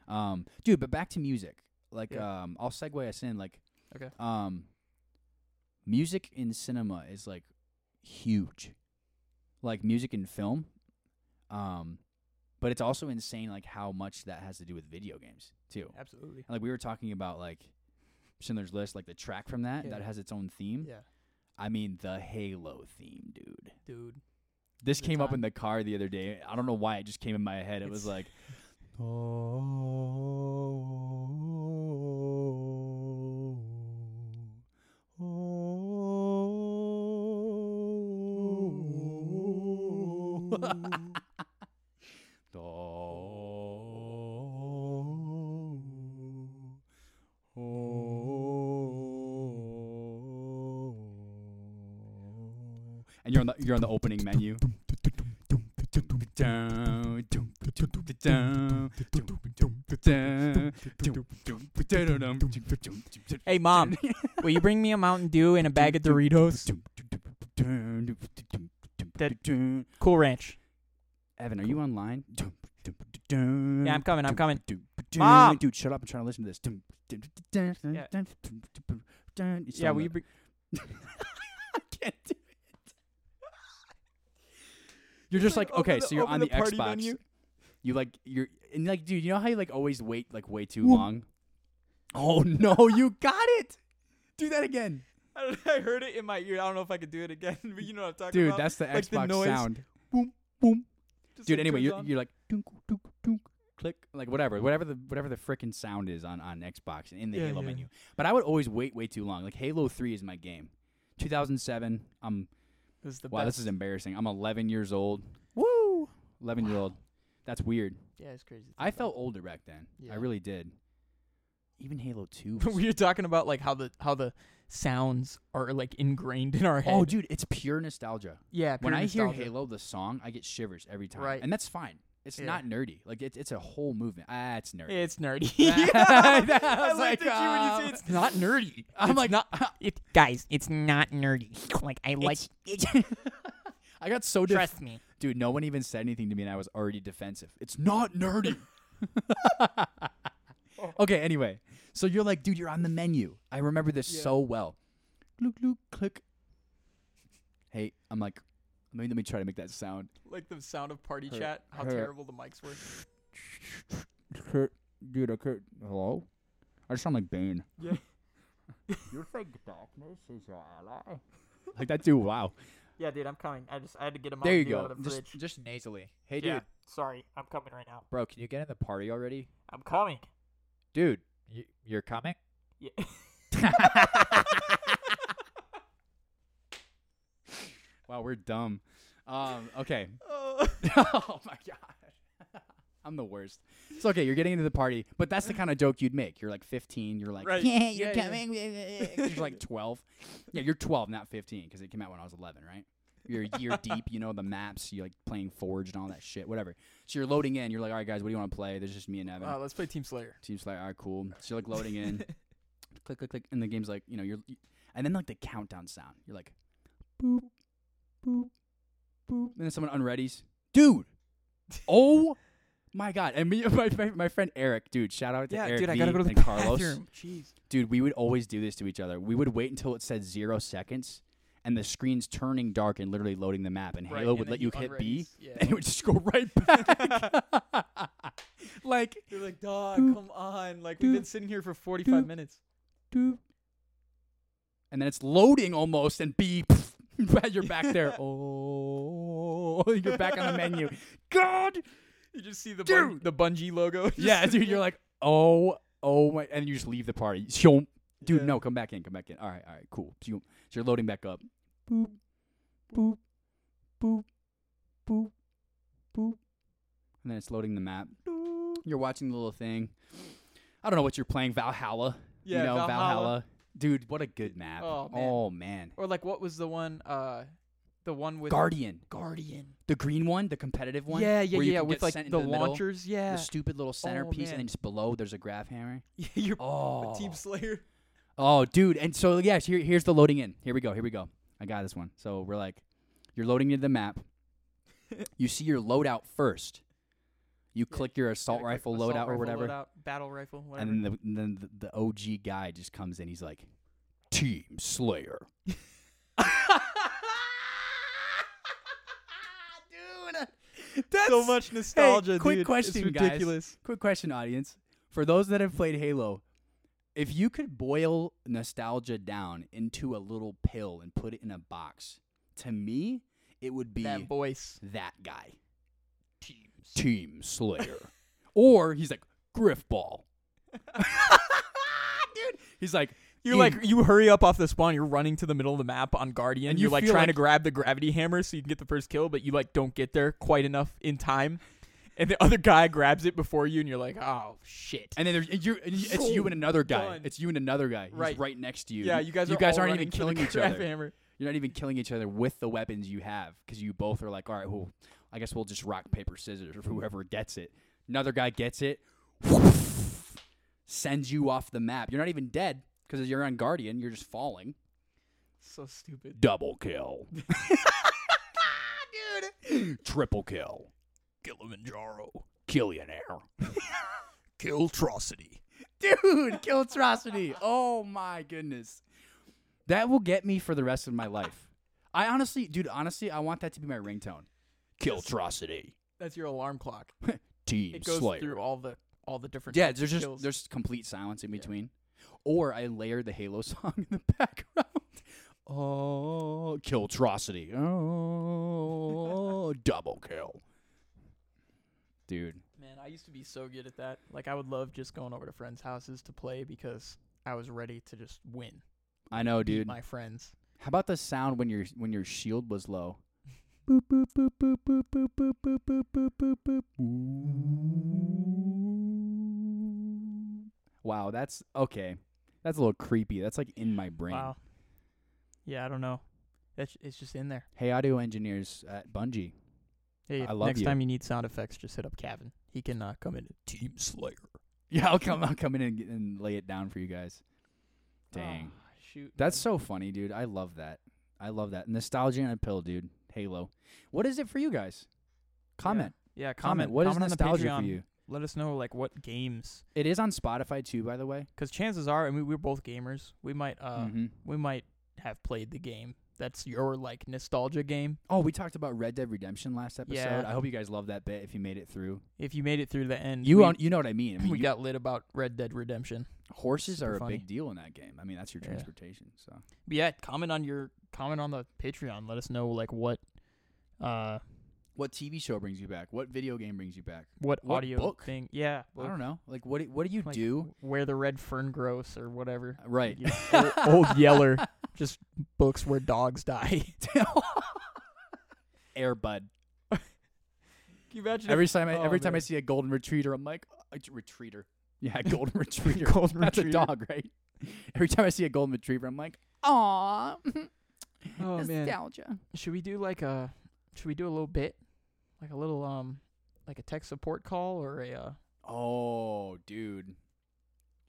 C: um dude but back to music like
B: Yeah.
C: um i'll segue us in like
B: Okay.
C: um music in cinema is like huge like music in film um but it's also insane like how much that has to do with video games too
B: Absolutely.
C: like we were talking about like Schindler's List, like the track from that,
B: Yeah.
C: that has its own theme.
B: Yeah,
C: I mean, the Halo theme, dude.
B: dude.
C: This
B: The
C: came up
B: time.
C: in the car the other day. I don't know why it just came in my head. It was
B: It's-
C: like, and you're on the you're on the opening menu.
B: Hey mom, will you bring me a Mountain Dew and a bag of Doritos? Cool Ranch.
C: Evan, are you online?
B: Yeah, I'm coming. I'm coming.
C: Mom!
B: Mom!
C: Dude, shut up. I'm trying to listen to this. It's
B: Yeah,
C: still
B: will you
C: not-
B: bring?
C: I can't do it. You're just like, okay, so you're on the Xbox. You like you're and like, dude, you know how you like always wait like way too
B: Whoop.
C: long? Oh no, you got it. Do that again.
B: I, don't know, I heard it in my ear. I don't know if I could do it again, but you know what I'm talking
C: Dude,
B: about.
C: that's the
B: like the
C: Xbox
B: noise.
C: sound.
B: Just,
C: Dude,
B: like,
C: anyway,
B: turns
C: you're
B: on.
C: you're like dunk, dunk, dunk, click, like whatever, whatever the whatever the frickin' sound is on on Xbox and in the
B: Yeah,
C: Halo
B: yeah.
C: menu. But I would always wait way too long. Like Halo 3 is my game. 2007. I'm
B: This is the
C: wow,
B: best.
C: this is embarrassing. I'm 11 years old. Woo! 11 year old. That's weird.
B: yeah, it's crazy. to
C: I
B: think about.
C: felt older back then. I
B: Yeah.
C: really did. Even Halo 2. was-
B: we were talking about like how the how the sounds are like ingrained in our head.
C: oh, dude, it's pure nostalgia.
B: yeah.
C: when
B: pure
C: I
B: nostalgia.
C: hear Halo the song, I get shivers every time.
B: Right.
C: And that's fine. It's
B: Yeah.
C: not nerdy. Like it's it's a whole movement. Ah, it's nerdy.
B: it's nerdy.
C: I was
B: I "Ah."
C: like,
B: looked at you when you
C: um,
B: said it's not nerdy.
C: I'm
B: It's
C: like,
B: not. It, guys, it's not nerdy. Like I like.
C: I got so def-
B: trust me.
C: dude. No one even said anything to me, and I was already defensive. It's not nerdy. okay. Anyway, so you're like, dude, you're on the menu. I remember this so well. Look, look, click. Hey, I'm like, let me let me try to make that sound.
B: Like the sound of party
C: Her-
B: chat. How
C: her-
B: terrible the mics were.
C: Kurt, dude, I could. Hello? I sound like Bane.
B: Yeah.
C: you think darkness is your ally? Like that dude, wow.
B: Yeah, dude, I'm coming. I just I had to get him
C: there you go. Just, just nasally. Hey, dude.
B: Sorry, I'm coming right now.
C: Bro, can you get in the party already?
B: I'm coming.
C: Dude, you, you're coming?
B: Yeah.
C: Wow, we're dumb. Um, okay. oh my god. I'm the worst. It's okay, you're getting into the party, but that's the kind of joke you'd make. You're like 15, you're like,
B: Right.
C: yeah, you're
B: Yeah, yeah.
C: coming. you're like 12. Yeah, you're 12, not 15, because it came out when I was 11, right? You're a year deep, you know the maps, you like playing Forge and all that shit, whatever. So you're loading in, you're
B: Oh,
C: like, all right, guys, what do you want to play? There's just me and Evan.
B: Uh, let's play Team Slayer.
C: Team Slayer, all right, cool. So you're like loading in. click, click, click, and the game's like, you know, you're, you, and then like the countdown sound. You're like, boop, boop, boop, and then someone unreadies, dude. Oh my god! And me, my my, my friend Eric, dude, shout out to
B: yeah,
C: Eric
B: dude, I
C: V
B: gotta go to the
C: and Carlos.
B: bathroom. Jeez.
C: Dude, we would always do this to each other. We would wait until it said zero seconds, and the screen's turning dark and literally loading the map, and Halo would let you hit B, and it would just go right back. like,
B: They're like, dog, come on. Like, we've been sitting here for 45 minutes.
C: doop. and then it's loading almost, and B, pff, you're back there. Oh, you're back on the menu. God,
B: You just see the
C: bun-
B: the bungee logo.
C: yeah, dude, you're like, oh, oh my, and you just leave the party. Shoom. Dude, no, come back in, come back in. All right, all right, cool. So, you, so you're loading back up. Boop, boop, boop, boop, boop, and then it's loading the map. You're watching the little thing. I don't know what you're playing, Valhalla.
B: Yeah,
C: you know,
B: Valhalla.
C: Valhalla. Dude, what a good map.
B: Oh, man.
C: man.
B: Or like, what was the one? Uh, the one with
C: Guardian,
B: Guardian.
C: the green one, the competitive one.
B: Yeah, yeah,
C: where you
B: yeah.
C: can
B: With
C: get
B: like
C: sent
B: the
C: into middle,
B: launchers. yeah. Oh,
C: the stupid little centerpiece,
B: man.
C: and then just below there's a graph hammer.
B: you're
C: Oh,
B: a Team Slayer.
C: Oh, dude. And so, yes, here, here's the loading in. Here we go. Here we go. I got this one. So we're like, you're loading into the map. you see your loadout first. You
B: Yeah,
C: click your assault
B: Gotta click
C: rifle
B: assault
C: loadout or
B: rifle
C: whatever.
B: loadout, battle rifle, whatever.
C: And then the, then the, the OG guy just comes in. He's like, Team Slayer. dude. That's
B: so much nostalgia.
C: quick
B: dude. It's
C: question, guys.
B: ridiculous.
C: Quick question, audience. For those that have played Halo, if you could boil nostalgia down into a little pill and put it in a box, to me, it would be
B: That
C: that,
B: voice.
C: guy. Team Slayer. or he's like, Griffball. Dude. He's like,
B: You're
C: "In-
B: like you hurry up off the spawn. You're running to the middle of the map on Guardian.
C: And you
B: you're like
C: feel
B: trying to
C: like-
B: grab the gravity hammer so you can get the first kill, but you like don't get there quite enough in time. And the other guy grabs it before you, and you're like, oh shit.
C: And then there's, and you're, and you- it's you and another guy.
B: done.
C: It's you and another guy. He's
B: Right.
C: right, next to you.
B: yeah, you guys.
C: You
B: are
C: guys
B: all
C: aren't
B: running
C: even
B: to the
C: killing each
B: grab
C: other.
B: Hammer.
C: You're not even killing each other with the weapons you have because you both are like, all right, well, I guess we'll just rock, paper, scissors for whoever gets it. Another guy gets it, sends you off the map. You're not even dead because you're on Guardian. You're just falling.
B: So stupid.
C: Double kill. Dude. Triple kill.
A: Kilimanjaro.
C: Killionaire.
A: Kiltrocity.
C: Dude, kill atrocity. Oh my goodness. That will get me for the rest of my life. I honestly, dude, honestly, I want that to be my ringtone. Kill atrocity.
B: That's your alarm clock.
C: Team
B: It goes
C: Slayer.
B: through all the all the different.
C: yeah,
B: types
C: there's
B: of
C: just
B: kills.
C: there's complete silence in between. Or I layer the Halo song in the background. Oh, kill atrocity. Oh, double kill. Dude,
B: Man, I used to be so good at that. Like I would love just going over to friends' houses to play because I was ready to just win.
C: I know,
B: beat
C: Oh, dude.
B: my friends.
C: How about the sound when your when your shield was low? Wow, that's okay. That's a little creepy. That's like in my brain.
B: Wow. Yeah, I don't know. That's it's just in there.
C: Hey, audio engineers at Bungie.
B: Hey,
C: I love
B: next
C: you.
B: time you need sound effects, just hit up Kevin. He can uh, come in.
A: Team Slayer.
C: Yeah, I'll come. I'll come in and, and lay it down for you guys. Dang,
B: Oh, shoot.
C: that's
B: man.
C: so funny, dude. I love that. I love that nostalgia and a pill, dude. Halo. What is it for you guys? Comment.
B: Yeah,
C: Comment.
B: comment.
C: What is
B: comment on the
C: nostalgia
B: Patreon.
C: for you?
B: Let us know like what games,
C: It is on Spotify too, by the way.
B: because chances are, I mean, we're both gamers. We might uh,
C: Mhm.
B: we might have played the game. That's your like nostalgia game.
C: Oh, we talked about Red Dead Redemption last episode.
B: Yeah.
C: I hope you guys love that bit. If you made it through,
B: If you made it through the end,
C: you
B: we,
C: on- you know what I mean. I mean,
B: we
C: you-
B: got lit about Red Dead Redemption.
C: horses
B: super
C: are a
B: funny.
C: big deal in that game. I mean, that's your
B: Yeah.
C: transportation. So
B: But yeah, comment on your comment on the Patreon. Let us know like what uh
C: what TV show brings you back? What video game brings you back?
B: what,
C: What
B: audio
C: book?
B: thing. Yeah,
C: I
B: book.
C: don't know. Like what? do- What do you
B: Like,
C: do?
B: where the red fern grows or whatever.
C: Right.
B: You know, old, old Yeller, just books where dogs die.
C: Airbud.
B: Can you imagine
C: Every time I
B: oh,
C: every time I
B: man.
C: see a golden retriever, I'm like "Oh, it's a retriever. Yeah, golden retriever.
B: Golden
C: That's
B: retriever.
C: a dog, right? Every time I see a golden retriever, I'm like, aw,
B: Oh man,
C: nostalgia.
B: should we do like a should we do a little bit, like a little um, like a tech support call or a uh,
C: Oh, dude.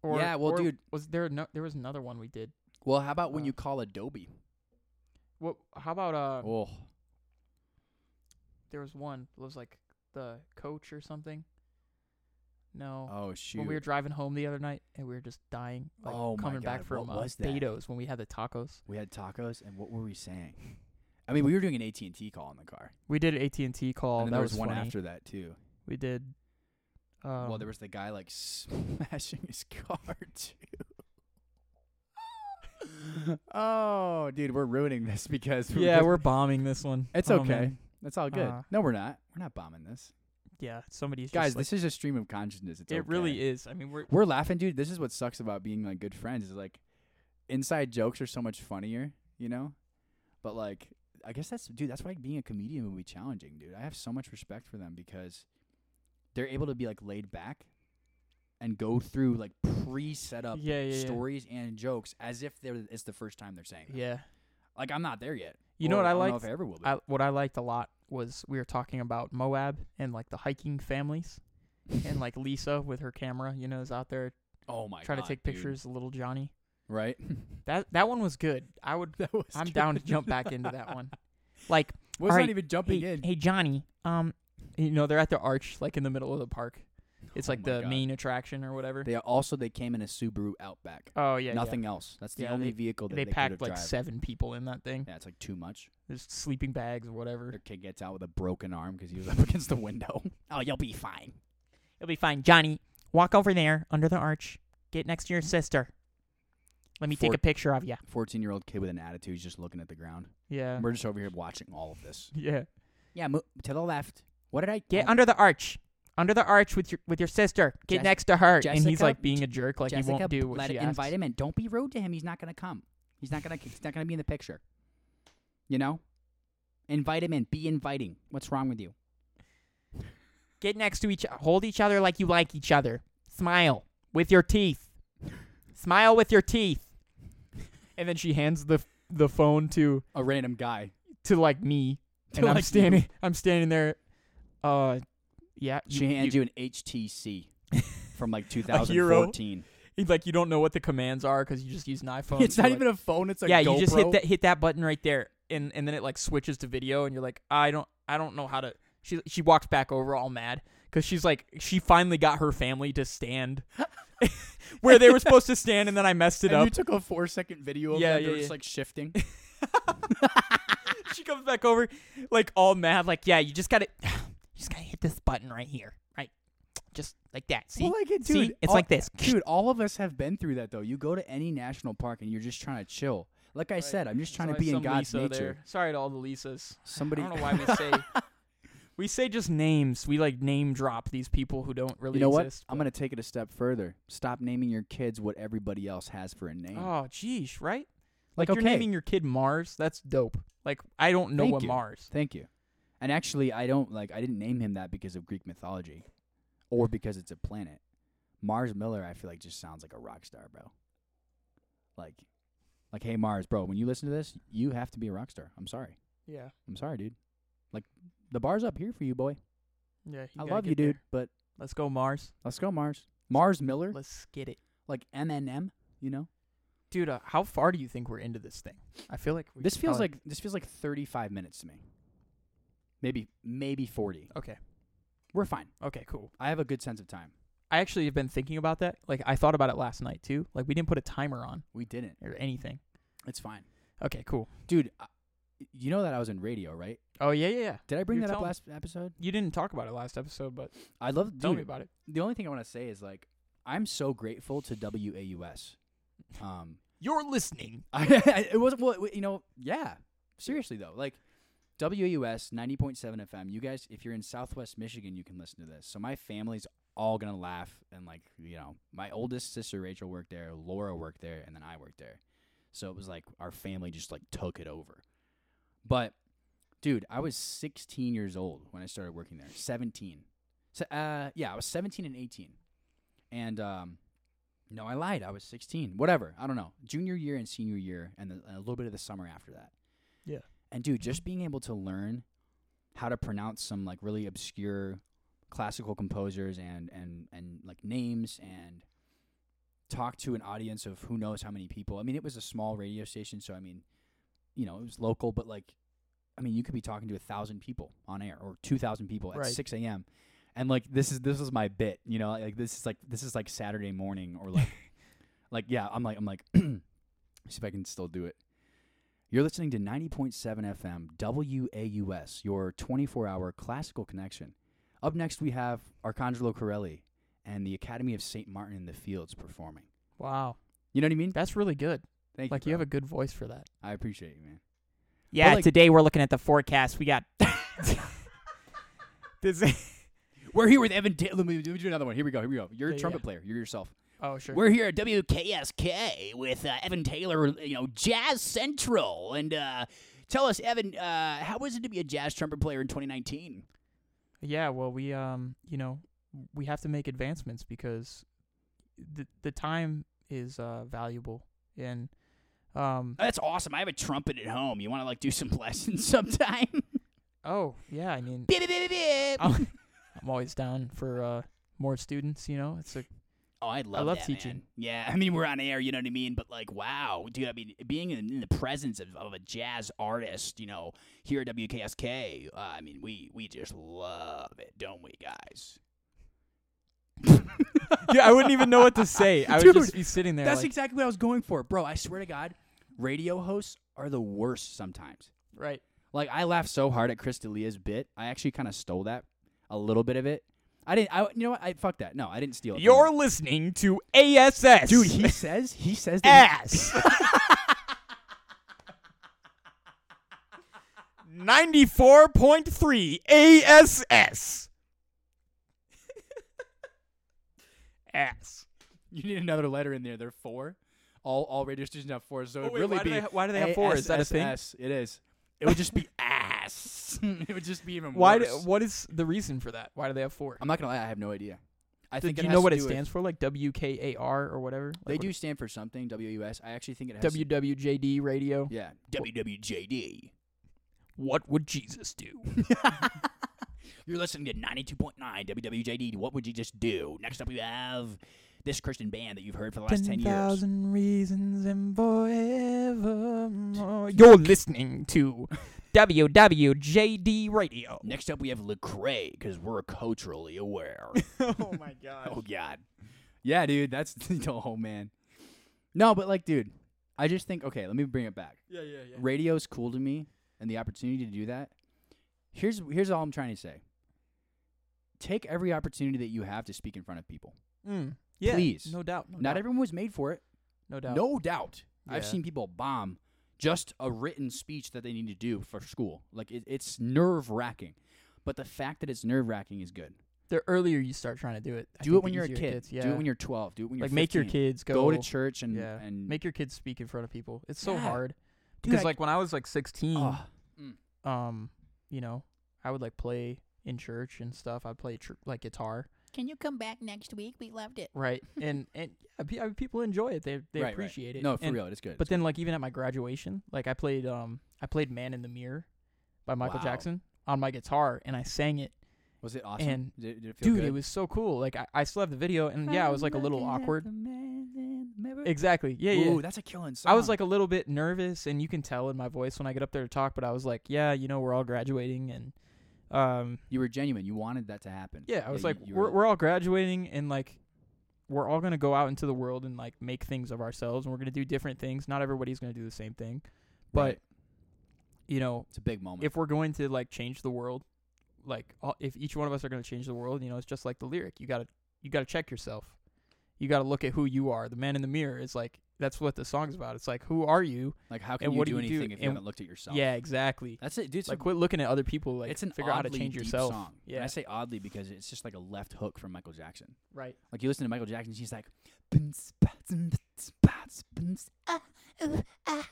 B: Or,
C: Yeah, well,
B: or
C: dude.
B: was there no, there was another one we did.
C: Well, how about when
B: Uh,
C: you call Adobe?
B: What? How about uh?
C: Oh,
B: There was one. It was like the coach or something. No.
C: oh shoot.
B: when we were driving home the other night and we were just dying, like
C: Oh my
B: coming
C: God,
B: back from
C: what
B: uh,
C: was that?
B: Beto's when we had the tacos.
C: We had tacos, and what were we saying? I mean, we were doing an AT and T call in the car.
B: We did AT and T call.
C: and then
B: that
C: there was,
B: was
C: one
B: funny.
C: after Oh, that too.
B: We did. Um,
C: well, there was the guy like smashing his car too. oh, dude, we're ruining this because we
B: Yeah,
C: just-
B: we're bombing this one.
C: It's
B: Oh,
C: okay.
B: man.
C: That's all good.
B: Uh,
C: no, we're not. We're not bombing this,
B: Yeah, somebody's
C: guys.
B: Just like,
C: this is a stream of consciousness. It's
B: it really
C: okay.
B: is. I mean, we're
C: We're laughing, dude. This is what sucks about being like good friends. Is like inside jokes are so much funnier, you know. But like, I guess that's dude. That's why being a comedian would be challenging, dude. I have so much respect for them because they're able to be like laid back and go through like pre-set up
B: yeah, yeah, yeah.
C: stories and jokes as if they're it's the first time they're saying. Them.
B: Yeah,
C: Like I'm not there yet.
B: you know
C: Or
B: what I
C: don't
B: liked?
C: Know if I ever will be.
B: I, what I liked a lot was we were talking about Moab and like the hiking families, and like Lisa with her camera, you know, is out there
C: oh my
B: trying
C: God,
B: to take
C: dude.
B: pictures of little Johnny.
C: right?
B: That that one was good. I would.
C: that was
B: I'm down to jump back into that one. Like,
C: was
B: All
C: not
B: right,
C: even
B: hey,
C: jumping in.
B: hey Johnny, um, you know they're at the arch, like in the middle of the park. It's
C: Oh
B: like
C: my
B: the
C: God.
B: main attraction or whatever.
C: They also they came in a Subaru Outback.
B: oh yeah, yeah.
C: Nothing else. That's the
B: Yeah,
C: only
B: they-
C: vehicle that
B: They,
C: they,
B: packed
C: could
B: like
C: drive.
B: seven people in that thing.
C: Yeah, it's like too much.
B: There's sleeping bags or whatever.
C: Their kid gets out with a broken arm because he was up against the window. Oh, you'll be fine.
B: It'll be fine. Johnny, walk over there under the arch. Get next to your sister. Let me take
C: For-
B: a picture of you.
C: Fourteen-year-old kid with an attitude, he's just looking at the ground.
B: Yeah.
C: We're just over here watching all of this.
B: Yeah.
C: Yeah, mo- to the left. What did I
B: Get
C: oh,
B: under the arch. Under the arch with your with your sister. Get
C: Jes-
B: next to her. and he's
C: Jessica,
B: like being a jerk, like
C: Jessica,
B: he won't do what
C: let
B: she
C: it-
B: asks.
C: invite him in. Don't be rude to him. He's not gonna come. He's not gonna. He's not gonna be in the picture. You know. Invite him in. Be inviting. What's wrong with you?
B: Get next to each hold each other like you like each other. Smile with your teeth. Smile with your teeth. And then she hands the the phone to
C: A random guy.
B: to like me.
C: To,
B: And I'm
C: like, you.
B: standing I'm standing there uh yeah,
C: She hands you, an HTC from like 2014.
B: It's like you don't know what the commands are because you just use an iPhone.
C: It's
B: so,
C: not
B: like-
C: even a phone. It's a
B: yeah. You just hit
C: GoPro.
B: that hit that button right there, and and then it like switches to video, and you're like, I don't I don't know how to. She she walks back over all mad because she's like she finally got her family to stand where they were supposed to stand, and then I messed it
C: And
B: up.
C: you took a four second video of
B: Yeah,
C: yeah, them.
B: yeah,
C: They're
B: yeah.
C: just like shifting.
B: she comes back over like all mad, like yeah, you just gotta you just gotta hit this button right here, right? Just like that. See,
C: like, dude,
B: see, it's like this.
C: Dude, all of us have been through that though. You go to any national park and you're just trying to chill. Like I said, I'm just trying to be in God's nature.
B: Sorry to all the Lisas.
C: Somebody,
B: I don't know why we say we say just names. We like name drop these people who don't really
C: you know what?
B: exist.
C: I'm gonna take it a step further. Stop naming your kids what everybody else has for a name.
B: Oh, geez, right?
C: like,
B: You're
C: okay,
B: naming your kid Mars. That's dope. Like I don't know
C: Thank
B: what
C: you.
B: Mars.
C: thank you. And actually, I don't like. I didn't name him that because of Greek mythology, or because it's a planet. Mars Miller, I feel like just sounds like a rock star, bro. Like, like, hey Mars, bro. When you listen to this, you have to be a rock star. I'm sorry.
B: Yeah,
C: I'm sorry, dude. Like, the bar's up here for you, boy.
B: yeah.
C: I love you, dude. But
B: Let's go Mars.
C: let's go, Mars. Mars Miller,
B: Let's get it,
C: like M and M. You know,
B: dude. Uh, how far do you think we're into this thing? I feel like we
C: this
B: should
C: feels
B: probably-
C: like this feels like 35 minutes to me. Maybe maybe 40.
B: okay,
C: We're fine.
B: okay, cool.
C: I have a good sense of time.
B: I actually have been thinking about that. Like I thought about it last night too. Like we didn't put a timer on
C: We didn't.
B: or anything.
C: It's fine,
B: Okay, cool.
C: dude. I, you know that I was in radio, right?
B: Oh yeah, yeah, yeah.
C: Did I bring
B: You're
C: that up
B: telling-
C: last episode?
B: You didn't talk about it last episode, but
C: I love. Dude,
B: tell me about it.
C: the only thing I want to say is like I'm so grateful to WAUS. Um,
B: You're listening.
C: I, it wasn't well, you know, yeah. Seriously though, like WAUS 90.7 FM. You guys, if you're in Southwest Michigan, you can listen to this. So my family's all gonna laugh and like you know, my oldest sister Rachel worked there, Laura worked there, and then I worked there. So it was like our family just like took it over. But dude, I was 16 years old when I started working there. 17. So uh, yeah, I was 17 and 18, and um, no, I lied. I was 16. Whatever. I don't know. Junior year and senior year, and, the, and a little bit of the summer after that.
B: Yeah.
C: And dude, just being able to learn how to pronounce some like really obscure classical composers and and and like names and talk to an audience of who knows how many people. I mean, it was a small radio station, so I mean, you know, it was local, but like, I mean, you could be talking to a thousand people on air or two thousand people at
B: Right.
C: six a.m. And like, this is this was my bit, you know, like this is like this is like Saturday morning or like, like yeah, I'm like I'm like, see if I can still do it. You're listening to 90.7 FM WAUS, your 24 hour classical connection. Up next, we have Arcangelo Corelli and the Academy of St. Martin in the Fields performing.
B: Wow,
C: You know what I mean?
B: that's really good.
C: Thank
B: like
C: you.
B: you have a good voice for that.
C: a- I appreciate you, man.
B: Yeah,
C: like-
B: today we're looking at the forecast. We got this.
C: We're here with Evan Taylor. Let me, let me do another one. Here we go. Here we go. You're a
B: Yeah,
C: trumpet
B: yeah.
C: player. You're yourself.
B: Oh sure.
C: We're here at WKSK with uh, Evan Taylor, you know, Jazz Central. And uh, tell us, Evan, uh, how was it to be a jazz trumpet player in 2019?
B: Yeah, well, we um, you know, we have to make advancements because the the time is uh valuable and um
C: Oh, that's awesome. I have a trumpet at home. You want to, like, do some lessons sometime?
B: oh yeah, I mean
C: Beep, beep, beep, beep, beep.
B: Oh. I'm always down for uh more students, you know. It's a
C: Oh, I love,
B: love
C: that,
B: teaching.
C: man. Yeah, I mean, we're on air, you know what I mean? But, like, wow, dude, I mean, being in, in the presence of, of a jazz artist, you know, here at WKSK, uh, I mean, we, we just love it, don't we, guys?
B: Yeah, I wouldn't even know what to say. I would
C: Dude,
B: just be sitting there
C: That's
B: like,
C: exactly what I was going for. Bro, I swear to God, radio hosts are the worst sometimes.
B: right.
C: Like I laughed so hard at Chris D'Elia's bit, I actually kind of stole that a little bit of it. I didn't. I you know what? I fuck that. No, I didn't steal it.
B: listening to ASS.
C: dude. He says he says that he-
B: ass. 94.3 ASS. ass.
C: you need another letter in there. There are four. All all radio stations have four, so it'd
B: Oh, wait,
C: really
B: why do
C: be
B: they ha- why do they have four? Is that a thing?
C: ASSS. It is. It would just be ass. it would just be even
B: Why do,
C: worse.
B: what is the reason for that? Why do they have four?
C: I'm not gonna lie. I have no idea. I
B: Do
C: think
B: you know what Um, it stands for? Like WKAR or whatever?
C: They
B: Like
C: do stand for something. WUS. I actually think it has.
B: what- WWJD radio.
C: Yeah. WWJD.
B: What would Jesus do?
C: You're listening to 92.9 WWJD. What would you just do? Next up, we have this Christian band that you've heard for the last 10 years.
B: 10,000 reasons and forevermore. You're listening to WWJD Radio.
C: Next up, we have Lecrae because we're culturally aware.
B: oh my god.
C: oh God, yeah, dude, that's oh man. No, but like, dude, I just think okay. Let me bring it back.
B: Yeah, yeah, yeah.
C: Radio's cool to me, and the opportunity to do that. Here's here's all I'm trying to say. Take every opportunity that you have to speak in front of people.
B: Mm. yeah
C: Please.
B: No doubt. No
C: Not
B: doubt.
C: everyone was made for it.
B: No doubt.
C: No doubt. I've
B: Yeah.
C: seen people bomb just a written speech that they need to do for school. Like it, it's nerve wracking. But the fact that it's nerve wracking is good.
B: The earlier you start trying to do it, I
C: do
B: think
C: it
B: the
C: when you're a
B: easier
C: kid.
B: gets. Yeah.
C: Do it when you're 12. Do it when you're
B: like make your
C: 15.
B: kids go,
C: Go to church and
B: yeah.
C: and
B: Make your kids speak in front of people. It's so
C: Yeah.
B: hard
C: Dude,
B: because
C: I-
B: like when I was like 16,
C: Ugh.
B: um, you know, I would like play in church and stuff. I'd play tr- like guitar.
E: Can you come back next week? We loved it.
B: right? And and yeah, pe- I mean, people enjoy it. They they
C: Right, right.
B: appreciate it.
C: No, for
B: And-
C: real, it's good.
B: But then, like even at my graduation, like I played um I played "Man in the Mirror" by Michael
C: Wow.
B: Jackson on my guitar, and I sang it.
C: was it awesome?
B: and-
C: did, did it feel
B: Dude,
C: good?
B: it was so cool. Like I, I still have the video, and yeah, I was like a little awkward. Exactly. Yeah, yeah.
C: Ooh, that's a killing song.
B: I was like a little bit nervous, and you can tell in my voice when I get up there to talk. But I was like, yeah, you know, we're all graduating, and um,
C: you were genuine. You wanted that to happen.
B: Yeah, I was
C: you-
B: like,
C: you
B: we're we're all graduating and like we're all gonna go out into the world and like make things of ourselves and we're gonna do different things. Not everybody's gonna do the same thing. But
C: Right.
B: you know,
C: it's a big moment.
B: if we're going to like change the world, like all, if each one of us are gonna change the world, you know, it's just like the lyric. You gotta you gotta check yourself. You gotta look at who you are. The man in the mirror is like that's what the song's about. It's like who are you?
C: like, how can
B: and
C: you
B: what
C: do
B: do you do?
C: anything if you
B: And-
C: haven't looked at yourself?
B: Yeah, exactly.
C: that's it, dude. It's a
B: like quit looking at other people. Like
C: it's an
B: figure out how to
C: oddly
B: change
C: deep
B: yourself.
C: Song. Yeah, and
B: Yeah.
C: I say oddly because it's just like a left hook from Michael Jackson.
B: Right.
C: Like you listen to Michael Jackson, she's like, ah,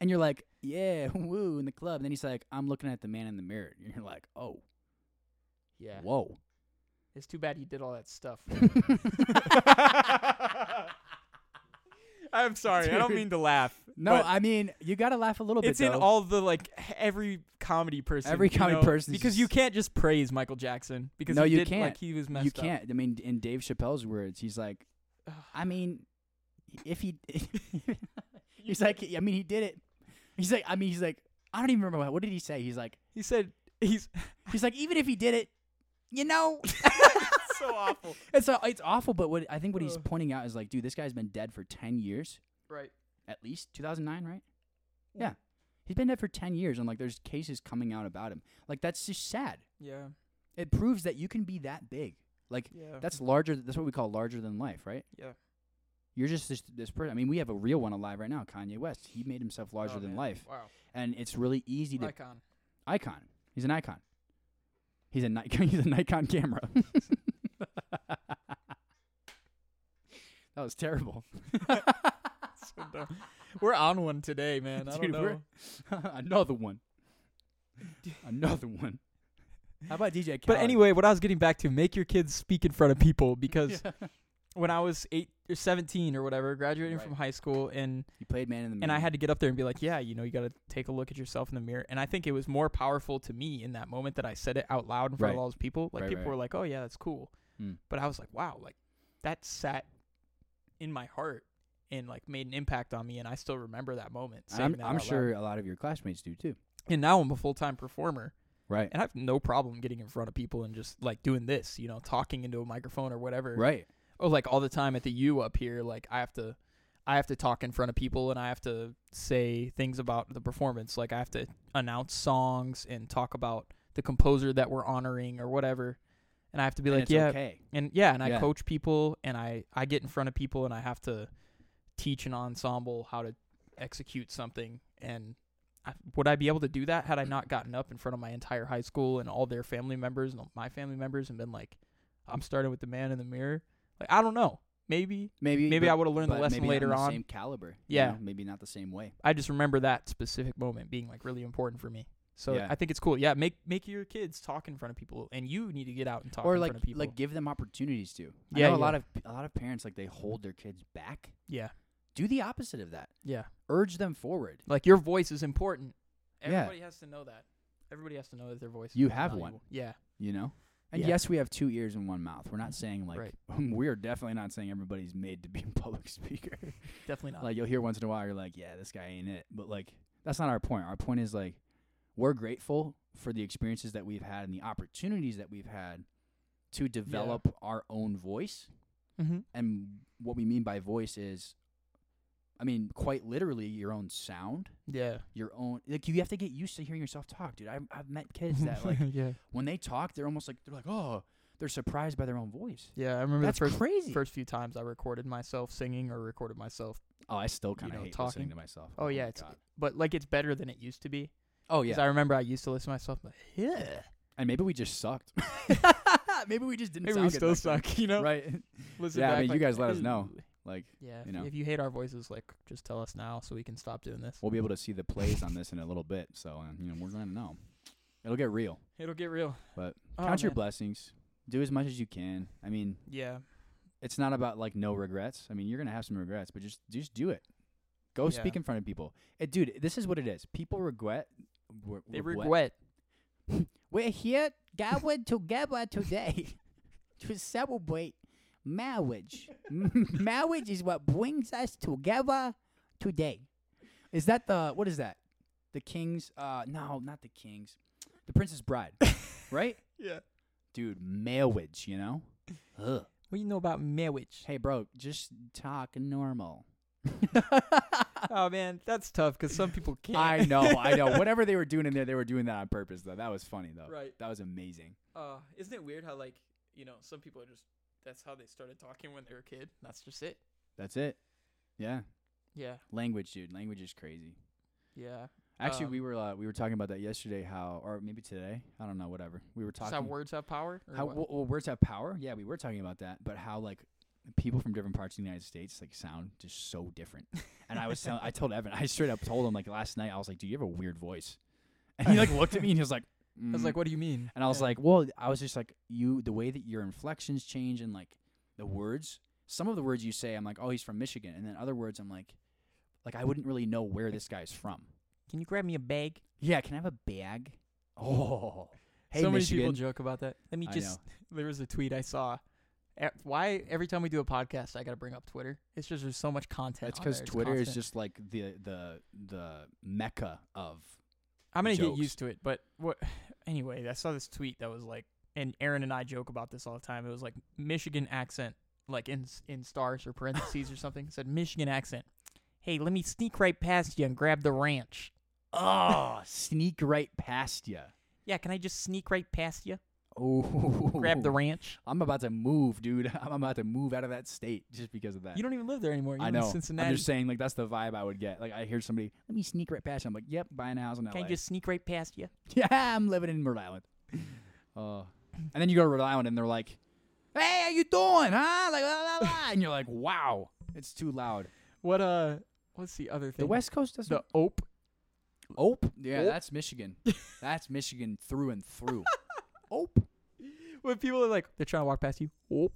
C: and you're like, yeah, woo, in the club. And then he's like, I'm looking at the man in the mirror, and you're like, oh,
B: Yeah.
C: whoa.
B: It's too bad he did all that stuff. I'm sorry. I don't
C: Dude.
B: mean to laugh.
C: No,
B: but
C: I mean, you gotta laugh a little bit.
B: it's in
C: though.
B: all the like every comedy person.
C: Every
B: you
C: comedy
B: know,
C: person is
B: because you
C: just-
B: can't just praise Michael Jackson because
C: No,
B: he
C: you
B: did,
C: can't.
B: Like he was messed
C: You
B: up.
C: can't. I mean, in Dave Chappelle's words, he's like, I mean, if he, he's like, I mean, he did it. He's like, I mean, he's like, I don't even remember what, what did he say. He's like,
B: He said he's
C: he's like, even if he did it, you know,
B: so awful.
C: it's a, it's awful. But what I think what he's
B: Ugh.
C: pointing out is like, dude, this guy's been dead for ten years
B: Right.
C: at least 2009, right? Yeah, he's been dead for ten years, and like, there's cases coming out about him. Like, that's just sad.
B: Yeah.
C: It proves that you can be that big. Like,
B: Yeah.
C: that's larger. That's what we call larger than life, right?
B: yeah.
C: You're just this, this person. I mean, we have a real one alive right now, Kanye West. He made himself larger
B: Oh,
C: than
B: man.
C: life,
B: Wow.
C: and it's really easy to
B: Icon.
C: icon. He's an icon. He's a Nikon. He's a Nikon camera. that was terrible.
B: So dumb. We're on one today, man. I
C: Dude,
B: don't
C: we're-
B: know.
C: Another one. Another one. How about DJ?
B: But
C: Khaled?
B: anyway, what I was getting back to, make your kids speak in front of people because when I was 8 or 17 or whatever, graduating
C: Right.
B: from high school and
C: you played Man in the Moon,
B: and I had to get up there and be like, yeah, you know, you got to take a look at yourself in the mirror. And I think it was more powerful to me in that moment that I said it out loud in front
C: Right.
B: of all those people. Like
C: Right,
B: people
C: right.
B: were like, oh yeah, that's cool.
C: Mm.
B: But I was like, wow, like that sat in my heart and like made an impact on me. And I still remember that moment. saying
C: I'm,
B: that out
C: I'm
B: loud.
C: sure a lot of your classmates do too.
B: And now I'm a full time performer,
C: Right.
B: and I have no problem getting in front of people and just like doing this, you know, talking into a microphone or whatever
C: Right.
B: oh like all the time at the U up here like I have to I have to talk in front of people and I have to say things about the performance like I have to announce songs and talk about the composer that we're honoring or whatever and I have to be
C: And
B: like
C: it's
B: yeah
C: okay.
B: and yeah and I
C: Yeah.
B: coach people and I I get in front of people and I have to teach an ensemble how to execute something and I, would I be able to do that had I not gotten up in front of my entire high school and all their family members and my family members and been like I'm starting with the man in the mirror like I don't know maybe
C: Maybe.
B: maybe
C: but-
B: I would have learned the
C: but
B: lesson
C: maybe not in
B: later
C: the
B: on
C: Same caliber. you
B: Yeah.
C: know, Maybe not the same way.
B: I just remember that specific moment being like really important for me so
C: Yeah.
B: I think it's cool yeah make make your kids talk in front of people and you need to get out and talk
C: or
B: in
C: like
B: front of people
C: like give them opportunities to. I
B: Yeah,
C: know a
B: yeah.
C: lot of a lot of parents like they hold their kids back.
B: yeah
C: Do the opposite of that.
B: yeah
C: Urge them forward.
B: Like your voice is important.
C: Yeah.
B: Everybody has to know that. Everybody has to know that their voice.
C: You
B: is
C: have
B: valuable.
C: one.
B: Yeah.
C: You know. And
B: Yeah.
C: yes, we have two ears and one mouth. We're not saying like
B: Right.
C: we are definitely not saying everybody's made to be a public speaker.
B: Definitely not.
C: like you'll hear once in a while, you're like, yeah, this guy ain't it. But like that's not our point. Our point is like we're grateful for the experiences that we've had and the opportunities that we've had to develop our own voice.
B: mm-hmm.
C: And what we mean by voice is, I mean, quite literally your own sound.
B: Yeah.
C: your own like you have to get used to hearing yourself talk dude I, i've met kids that like
B: yeah.
C: when they talk they're almost like they're like oh they're surprised by their own voice
B: Yeah. I remember
C: that's
B: the first
C: crazy
B: first few times I recorded myself singing or recorded myself.
C: oh i still kind of
B: know,
C: hate
B: talking.
C: listening to myself
B: Oh, yeah,
C: my
B: it's-
C: God.
B: But like it's better than it used to be.
C: oh
B: Because
C: yeah
B: I remember I used to listen to myself like, yeah.
C: and maybe we just sucked maybe we just didn't
B: Maybe
C: sound
B: we
C: good
B: still
C: back then.
B: suck, you know?
C: right
B: Listen
C: Yeah, I
B: back,
C: mean, you
B: like,
C: guys let us know. like
B: Yeah. If
C: You
B: you,
C: know.
B: if you hate our voices, like just tell us now so we can stop doing this.
C: we'll be able to see the plays on this in a little bit so uh, you know we're gonna know it'll get real
B: It'll get real.
C: But
B: Oh,
C: count your
B: man.
C: blessings do as much as you can i mean
B: Yeah.
C: it's not about like no regrets. I mean, you're gonna have some regrets, but just just do it. Go speak
B: Yeah.
C: in front of people. Eh, dude, this is what it is. People regret. re-
B: They regret.
C: We're here.
E: Gathered together today to celebrate marriage. marriage is what brings us together today.
C: Is that the what is that? The Kings? Uh, no, not the Kings. The Princess Bride, right?
B: Yeah.
C: Dude, marriage. You know. Ugh.
B: What do you know about marriage?
C: Hey, bro, just talk normal.
B: oh man, that's tough because some people can't.
C: I know, I know. Whatever they were doing in there, they were doing that on purpose, though. That was funny, though.
B: Right.
C: That was amazing.
B: Uh, isn't it weird how like you know some people are just that's how they started talking when they were a kid. That's just it.
C: That's it. Yeah.
B: Yeah,
C: Language, dude. Language is crazy.
B: yeah.
C: Actually,
B: Um,
C: we were uh, we were talking about that yesterday. How or maybe today? I don't know. Whatever. We were
B: Does
C: talking.
B: that words have power? Or
C: how
B: what?
C: well, well, words have power. Yeah, we were talking about that. But how like people from different parts of the United States like sound just so different. And I was telling, I told Evan, I straight up told him like last night. I was like, "Dude, you have a weird voice." And he like looked at me and he was like,
B: I was
C: "Mm."
B: like, what do you mean?
C: and I was
B: Yeah.
C: like, "Well, I was just like you. The way that your inflections change and like the words. Some of the words you say, I'm like, oh, he's from Michigan, and then other words, I'm like, like I wouldn't really know where this guy's from."
B: can you grab me a bag?
C: Yeah, can I have a bag? Oh, hey
B: so many
C: Michigan.
B: people joke about that. Let me
C: I
B: just. There was a tweet I saw. E- Why every time we do a podcast, I gotta bring up Twitter? It's just there's so much content.
C: That's
B: on
C: because
B: there. It's
C: Twitter is
B: constant.
C: just like the the the mecca of.
B: I'm gonna
C: jokes.
B: get used to it, but what? Anyway, I saw this tweet that was like, and Aaron and I joke about this all the time. It was like Michigan accent, like in in stars or parentheses or something. It said Michigan accent. Hey, let me sneak right past you and grab the ranch.
C: Oh, sneak right past you.
B: Yeah, can I just sneak right past you?
C: Oh,
B: Grab the ranch.
C: I'm about to move, dude. I'm about to move out of that state just because of that.
B: You don't even live there anymore. You
C: I
B: live
C: know.
B: in Cincinnati.
C: I'm just saying, like that's the vibe I would get. Like I hear somebody, let me sneak right past. you." I'm like, yep, buying a house in LA.
B: can I just sneak right past you?
C: yeah, I'm living in Rhode Island. Uh, and then you go to Rhode Island, and they're like, hey, how you doing, huh? Like, la, la, la. and you're like, wow, it's too loud.
B: What uh? What's the other thing?
C: The West Coast doesn't.
B: The ope.
C: Ope. Yeah,
B: Ope.
C: that's Michigan. that's Michigan through and through. Ope.
B: When people are like, they're trying to walk past you. Ope.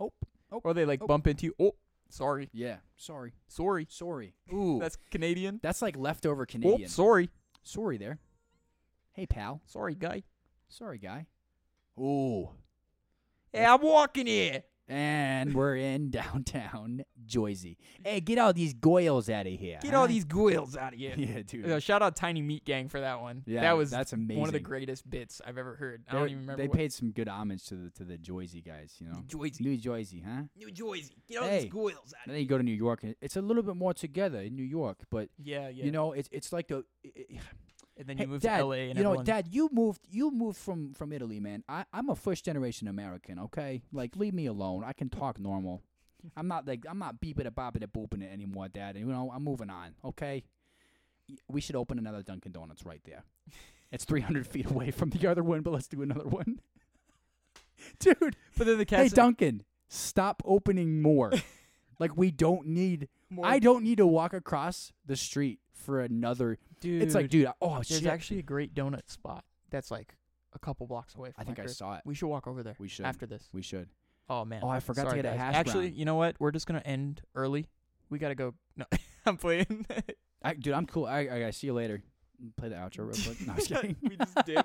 C: Ope.
B: Or they like
C: Ope.
B: bump into you. Oh, sorry,
C: Yeah. Sorry.
B: sorry.
C: Sorry. Ooh. That's
B: That's Canadian.
C: that's like leftover
B: Oh,
C: Canadian.
B: sorry,
C: sorry there. Hey pal.
B: sorry, guy.
C: Sorry guy. Ooh.
B: Hey, I'm walking here.
C: And we're in downtown Jersey. Hey, get all these goyles out of here.
B: Get
C: huh?
B: all these goils out of here.
C: Yeah, dude.
B: Uh, shout out Tiny Meat Gang for that one.
C: yeah,
B: that was
C: that's amazing.
B: one of the greatest bits I've ever heard. I
C: They-
B: don't even remember.
C: They
B: what.
C: paid some good homage to the to the Jersey guys, you know.
B: Jersey.
C: New Jersey, huh?
B: New Jersey. Get all
C: Hey.
B: these goils out.
C: And then you go to New York, and it's a little bit more together in New York, but
B: Yeah, yeah.
C: you know, it's it's like the. i- i-
B: and then
C: Hey,
B: you moved
C: Dad,
B: to LA, and
C: you know,
B: everyone-
C: Dad, you moved you moved from from Italy, man. I I'm a first generation American, okay? Like, leave me alone. I can talk normal. I'm not like I'm not beeping it, bopping it, booping it anymore, Dad. You know, I'm moving on, okay? Y- We should open another Dunkin' Donuts right there. It's 300 feet away from the other one, but let's do another one, dude.
B: But then the
C: Hey,
B: cats.
C: Duncan, stop opening more. like we don't need.
B: more-
C: I don't need to walk across the street for another.
B: dude,
C: It's like, dude. I- Oh
B: there's
C: shit!
B: actually a great donut spot that's like a couple blocks away. From
C: I think
B: my
C: I
B: crib.
C: saw it.
B: We should walk over there
C: We should.
B: after this.
C: We should.
B: Oh man.
C: Oh, I forgot to
B: Sorry,
C: get a
B: guys.
C: hash
B: Actually,
C: brown.
B: you know what? We're just gonna end early. We gotta go. No, I'm playing.
C: I, dude, I'm cool. I, I, I see you later. Play the outro real quick. No, I'm just kidding.
B: we just did.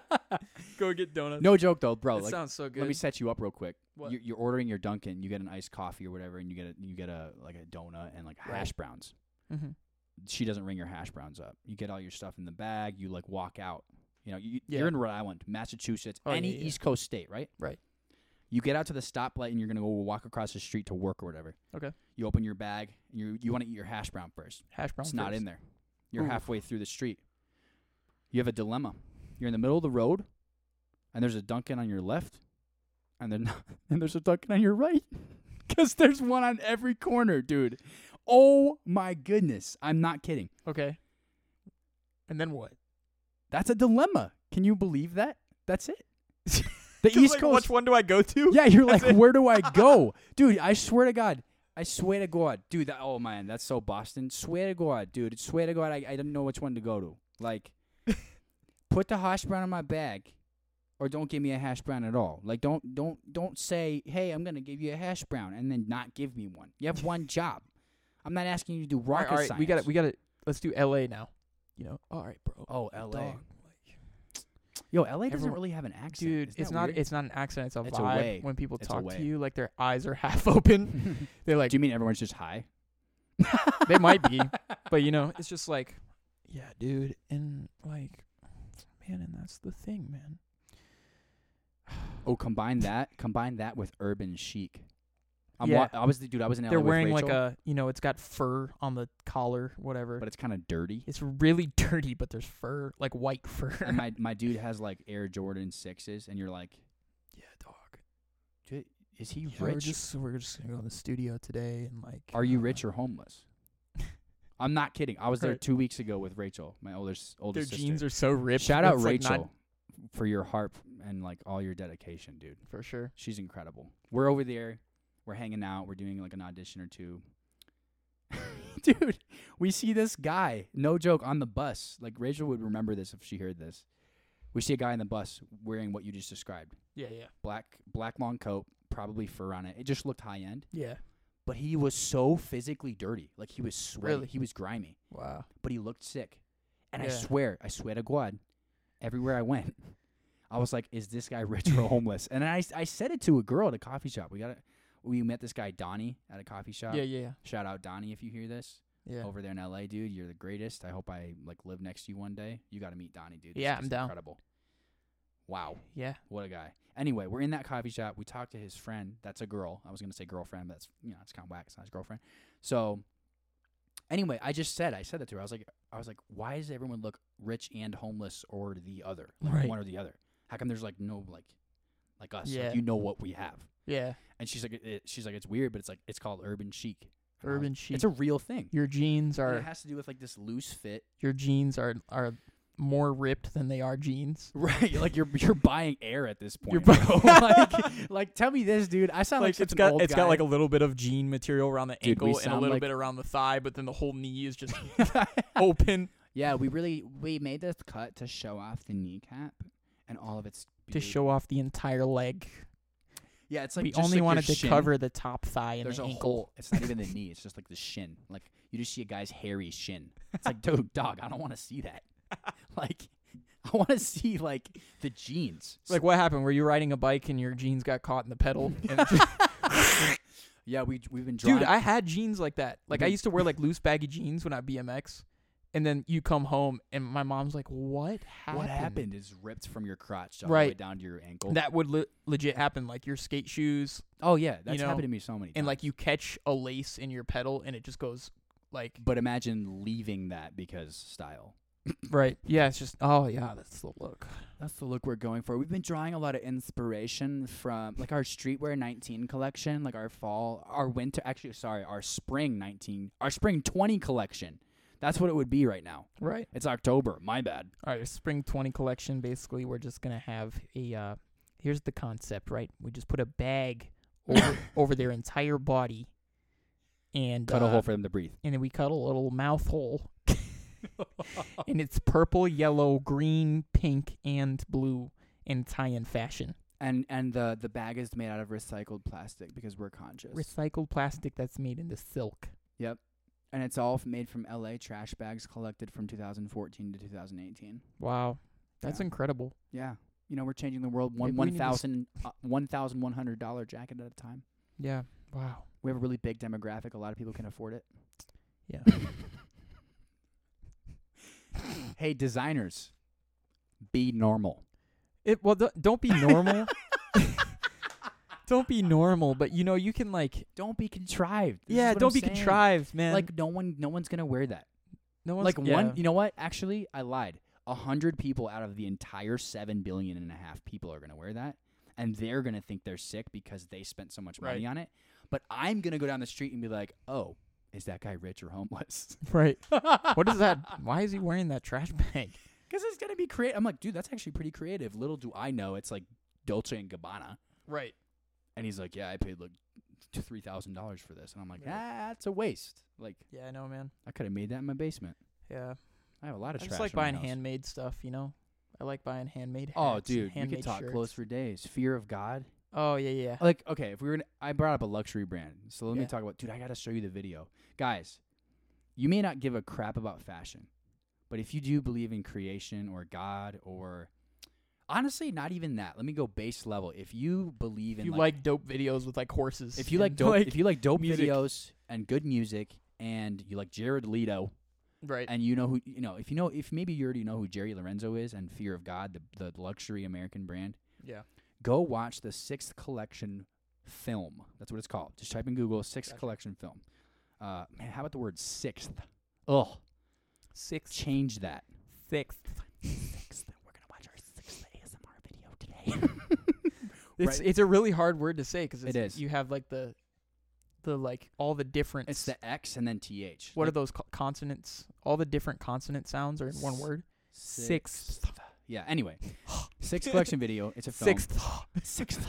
B: Go get donuts.
C: no joke though, bro.
B: it
C: like,
B: sounds so good.
C: let me set you up real quick.
B: What?
C: You're, you're ordering your Dunkin', you get an iced coffee or whatever, and you get a you get a like a donut and like
B: Right.
C: hash browns.
B: Mhm.
C: She doesn't ring your hash browns up. You get all your stuff in the bag. You like walk out. You know, you,
B: Yeah.
C: you're in Rhode Island, Massachusetts,
B: Oh, yeah,
C: any
B: yeah.
C: East Coast state, right?
B: Right.
C: You get out to the stoplight and you're gonna go walk across the street to work or whatever.
B: Okay.
C: You open your bag and you you want to eat your hash brown first.
B: Hash brown.
C: It's not in there. You're
B: Ooh.
C: halfway through the street. You have a dilemma. You're in the middle of the road, and there's a Dunkin' on your left, and then and there's a Dunkin' on your right, because there's one on every corner, dude. Oh my goodness, I'm not kidding.
B: Okay. And then what?
C: That's a dilemma. Can you believe that? That's it. The East Coast.
B: Which one do I go to?
C: Yeah, you're like,
B: That's it.
C: where do I go, dude? I swear to God, I swear to God, dude. That, oh man, that's so Boston. Swear to God, dude. Swear to God, I, I don't know which one to go to. Like, put the hash brown in my bag, or don't give me a hash brown at all. Like, don't don't don't say, hey, I'm gonna give you a hash brown, and then not give me one. You have one job. I'm not asking you to do
B: All
C: rocket
B: right, all right,
C: science.
B: we got it. We got it. Let's do L.A. now. You know. All right, bro.
C: oh, L.A.
B: Dog.
C: Yo, L.A. doesn't
B: Everyone-
C: really have an accent,
B: Dude,
C: Isn't
B: it's
C: that
B: not.
C: weird?
B: It's not an accent. It's a
C: It's a
B: vibe.
C: way.
B: When people
C: It's a
B: talk
C: way. Hmm.
B: to you, like their eyes are half open. They're like,
C: do you mean everyone's just high?
B: they might be, but you know, it's just like, yeah, dude, and like, man, and that's the thing, man.
C: Oh, combine that. Combine that with urban chic. I'm
B: Yeah.
C: wa- I was the dude. I was in LA
B: They're
C: with
B: wearing like
C: Rachel,
B: a, you know, it's got fur on the collar, whatever.
C: but it's kind of dirty.
B: it's really dirty, but there's fur, like white fur.
C: and my my dude has like Air Jordan sixes, and you're like,
B: yeah, dog.
C: "Dude, is he
B: Yeah,
C: rich?
B: We're just we're just gonna go in the studio today and like.
C: Are you
B: uh,
C: rich or homeless? I'm not kidding. I was there
B: Right.
C: two weeks ago with Rachel, my older s- older
B: Their
C: sister.
B: jeans are so ripped.
C: Shout out
B: it's, like,
C: Rachel
B: not-
C: for your harp and like all your dedication, dude.
B: for sure.
C: She's incredible. We're over there. We're hanging out. We're doing like an audition or two. Dude, we see this guy, no joke, on the bus. Like Rachel would remember this if she heard this. We see a guy on the bus wearing what you just described.
B: Yeah, yeah,
C: Black black long coat, probably fur on it. It just looked high end.
B: yeah.
C: But he was so physically dirty. Like he was sweaty.
B: Really?
C: He was grimy.
B: Wow.
C: But he looked sick. And I
B: Yeah.
C: swear, I swear to God, everywhere I went, I was like, is this guy rich or homeless? And I, I said it to a girl at a coffee shop. We got it. we met this guy Donnie at a coffee shop.
B: Yeah, Oh. yeah,
C: Shout out Donnie if you hear this
B: yeah.
C: over there in LA, dude. You're the greatest. I hope I like live next to you one day. You got to meet Donnie, dude. This
B: Yeah,
C: guy's
B: I'm down.
C: Incredible. Wow,
B: Yeah.
C: what a guy. Anyway, we're in that coffee shop. We talk to his friend. That's a girl. I was gonna say girlfriend, but that's you know it's kind of whack. It's not his girlfriend. So anyway, I just said I said that to her. I was like I was like, why does everyone look rich and homeless or the other, like
B: Right.
C: one or the other? How come there's like no like like us?
B: Yeah.
C: Like, you know what we have.
B: Yeah.
C: And she's like, it, she's like, it's weird, but it's like it's called urban chic. And I was
B: Urban
C: like,
B: chic.
C: It's a real thing.
B: your jeans
C: And it
B: are
C: has to do with like this loose fit,
B: your jeans are are more ripped than they are jeans.
C: right? Like you're you're buying air at this point.
B: You're
C: bro.
B: buying-
C: like, like tell me this, dude. I sound like, such
B: it's
C: an
B: got
C: old
B: it's
C: guy.
B: got like a little bit of jean material around the
C: Dude,
B: ankle
C: we
B: and a
C: sound
B: little
C: like-
B: bit around the thigh, but then the whole knee is just open
C: Yeah, we really we made this cut to show off the kneecap and all of its
B: to
C: beauty.
B: show off the entire leg.
C: Yeah, it's like
B: we
C: just
B: only
C: like your
B: wanted to
C: shin.
B: cover the top thigh and
C: There's
B: the
C: a
B: ankle.
C: hole. It's not even the knee. It's just like the shin. Like you just see a guy's hairy shin. It's like, dude, dog, I don't want to see that. Like, I want to see like the jeans.
B: Like what happened? Were you riding a bike and your jeans got caught in the pedal? And
C: yeah, we we've been drawing.
B: Dude, I had jeans like that. Like I
C: Mhm.
B: used to wear like loose baggy jeans when I BMX, and then you come home and my mom's like, "What happened?"
C: what happened is ripped from your crotch all the way
B: Right.
C: down to your ankle.
B: That would le- legit happen. Like your skate shoes,
C: oh yeah, that's
B: know,
C: happened to me so many.
B: and
C: times.
B: like you catch a lace in your pedal, and it just goes like
C: but imagine leaving that because style.
B: right. Yeah, it's just oh yeah, that's the look.
C: That's the look we're going for. We've been drawing a lot of inspiration from like our streetwear 19 collection, like our fall, our winter, actually sorry, our spring 19, our spring 20 collection. That's what it would be right now.
B: Right.
C: It's October, my bad.
B: All right, spring 20 collection. Basically, we're just gonna have a. Uh, here's the concept, right? We just put a bag over over their entire body, and
C: Cut a
B: uh,
C: hole for them to breathe.
B: and then we cut a little mouth hole. and it's purple, yellow, green, pink, and blue in tie-in fashion.
C: And and the the bag is made out of recycled plastic because we're conscious.
B: Recycled plastic that's made into silk.
C: and it's all f- made from LA trash bags collected from 2014 to 2018.
B: Wow. That's
C: Yeah.
B: incredible.
C: Yeah. You know, we're changing the world one
B: Maybe we need to s-
C: 1000 uh, $1,100 jacket at a time.
B: Yeah. Wow.
C: We have a really big demographic. A lot of people can afford it.
B: Yeah.
C: hey, designers, be normal.
B: It well th- don't be normal. don't be normal, but you know you can like
C: Don't be contrived. This is
B: Yeah,
C: what
B: don't
C: I'm
B: be
C: saying.
B: contrived, man.
C: Like no one, no one's gonna wear that.
B: no one's
C: Like one,
B: yeah.
C: you know what? Actually, I lied. A hundred people out of the entire seven billion and a half people are gonna wear that, and they're gonna think they're sick because they spent so much money
B: Right.
C: on it. But I'm gonna go down the street and be like, "Oh, is that guy rich or homeless?"
B: right. What is that? Why is he wearing that trash bag?
C: Because it's gonna be creative. I'm like, dude, that's actually pretty creative. Little do I know, it's like Dolce and Gabbana.
B: Right.
C: And he's like, yeah, I paid like t- three thousand dollars for this. And I'm like,
B: Really?
C: ah, that's a waste. Like,
B: Yeah, I know, man.
C: I could have made that in my basement.
B: Yeah.
C: I have a lot of
B: I just
C: trash.
B: like
C: in my
B: buying
C: house.
B: handmade stuff, you know. I like buying handmade.
C: Oh,
B: hats,
C: dude, we could
B: handmade
C: talk
B: shirts.
C: clothes for days. Fear of God.
B: Oh yeah, yeah.
C: Like, okay, if we were, gonna, I brought up a luxury brand. So let me
B: Yeah.
C: talk about, dude. I gotta show you the video, guys. You may not give a crap about fashion, but if you do believe in creation or God or honestly, not even that. Let me go base level. If you believe
B: If
C: in
B: you
C: like
B: like dope videos with like horses.
C: If you like
B: and,
C: dope, if you like dope
B: music.
C: videos and good music, and you like Jared Leto,
B: right.
C: and you know who you know, if you know, if maybe you already know who Jerry Lorenzo is, and Fear of God, the the luxury American brand,
B: Yeah.
C: go watch the sixth collection film. That's what it's called. Just type in Google sixth
B: Gotcha.
C: collection film. Uh, man, how about the word sixth? Ugh,
B: Sixth.
C: change that.
B: Sixth.
C: Sixth. We're gonna watch our sixth ASMR video today.
B: It's
C: Right.
B: it's a really hard word to say because
C: It is.
B: You have like the, the like all the different.
C: it's the e X and then th.
B: what are
C: Like
B: those co- consonants? All the different consonant sounds are in one
C: S-
B: word.
C: sixth? Yeah. Anyway, sixth collection video. It's a film.
B: Sixth.
C: Sixth.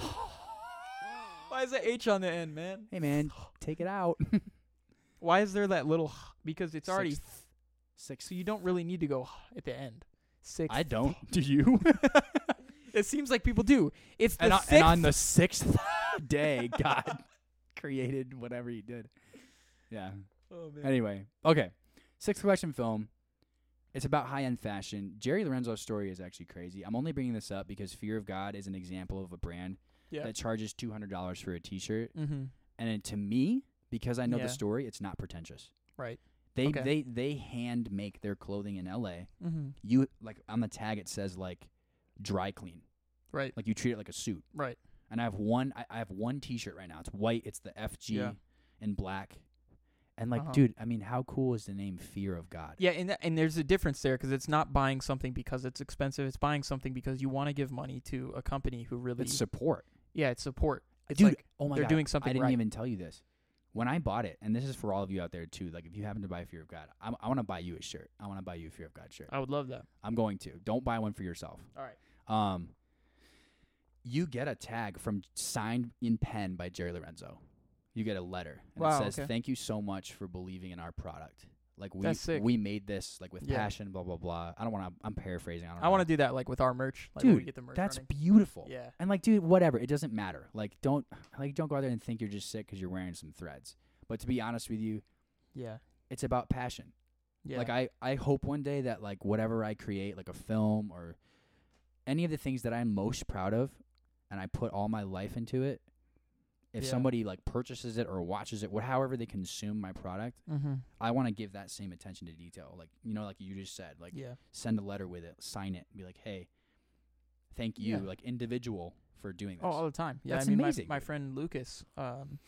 B: Why is that H on the end, man?
C: Hey man, take it out.
B: Why is there that little? Because it's already.
C: Sixth. Sixth.
B: So you don't really need to go at the end. Sixth.
C: I don't. Do you?
B: It seems like people do. It's the
C: and, on,
B: sixth.
C: and on the sixth day, God created whatever He did. Yeah.
B: oh man.
C: Anyway, okay. Sixth collection film. It's about high end fashion. Jerry Lorenzo's story is actually crazy. I'm only bringing this up because Fear of God is an example of a brand
B: Yeah.
C: that charges $200 for a t shirt
B: Mm-hmm.
C: And then to me, because I know
B: Yeah.
C: the story, it's not pretentious.
B: Right.
C: They
B: Okay.
C: they they hand make their clothing in L.A.
B: Mm-hmm.
C: You like on the tag it says like dry clean,
B: Right.
C: like you treat it like a suit.
B: Right.
C: And I have one I, I have one T-shirt right now. It's white. It's the FG
B: Yeah.
C: in black. And like,
B: Uh-huh.
C: dude, I mean, how cool is the name Fear of God?
B: Yeah, and that, and there's a difference there because it's not buying something because it's expensive. It's buying something because you want to give money to a company who really.
C: It's support.
B: yeah, it's support. It's
C: Dude,
B: like
C: oh my
B: they're
C: God,
B: doing something
C: I didn't
B: right.
C: even tell you this. When I bought it, and this is for all of you out there too. Like, if you happen to buy Fear of God, I'm, I want to buy you a shirt. I want to buy you a Fear of God shirt.
B: I would love that.
C: I'm going to. Don't buy one for yourself.
B: All right.
C: Um, you get a tag from signed in pen by Jerry Lorenzo. You get a letter and
B: Wow,
C: it says,
B: okay.
C: "Thank you so much for believing in our product. Like we
B: That's sick.
C: we made this like with
B: Yeah.
C: passion, blah blah blah. I don't want to. I'm paraphrasing. I don't.
B: I want to do that like with our merch. Like when we
C: Dude,
B: get the merch
C: That's
B: running.
C: beautiful.
B: yeah.
C: And like, dude, whatever. It doesn't matter. Like, don't like don't go out there and think you're just sick because you're wearing some threads. But to be honest with you,
B: Yeah.
C: it's about passion.
B: Yeah.
C: Like I, I hope one day that like whatever I create, like a film or any of the things that I'm most proud of and I put all my life into it, if
B: Yeah.
C: somebody like purchases it or watches it, what however they consume my product,
B: Mm-hmm.
C: I want to give that same attention to detail. Like you know, like you just said, like
B: yeah.
C: send a letter with it, sign it, be like, Hey, thank you,
B: Yeah.
C: like individual for doing this.
B: Oh, all the time. Yeah.
C: That's
B: I mean,
C: amazing,
B: my, my
C: dude.
B: friend Lucas, um,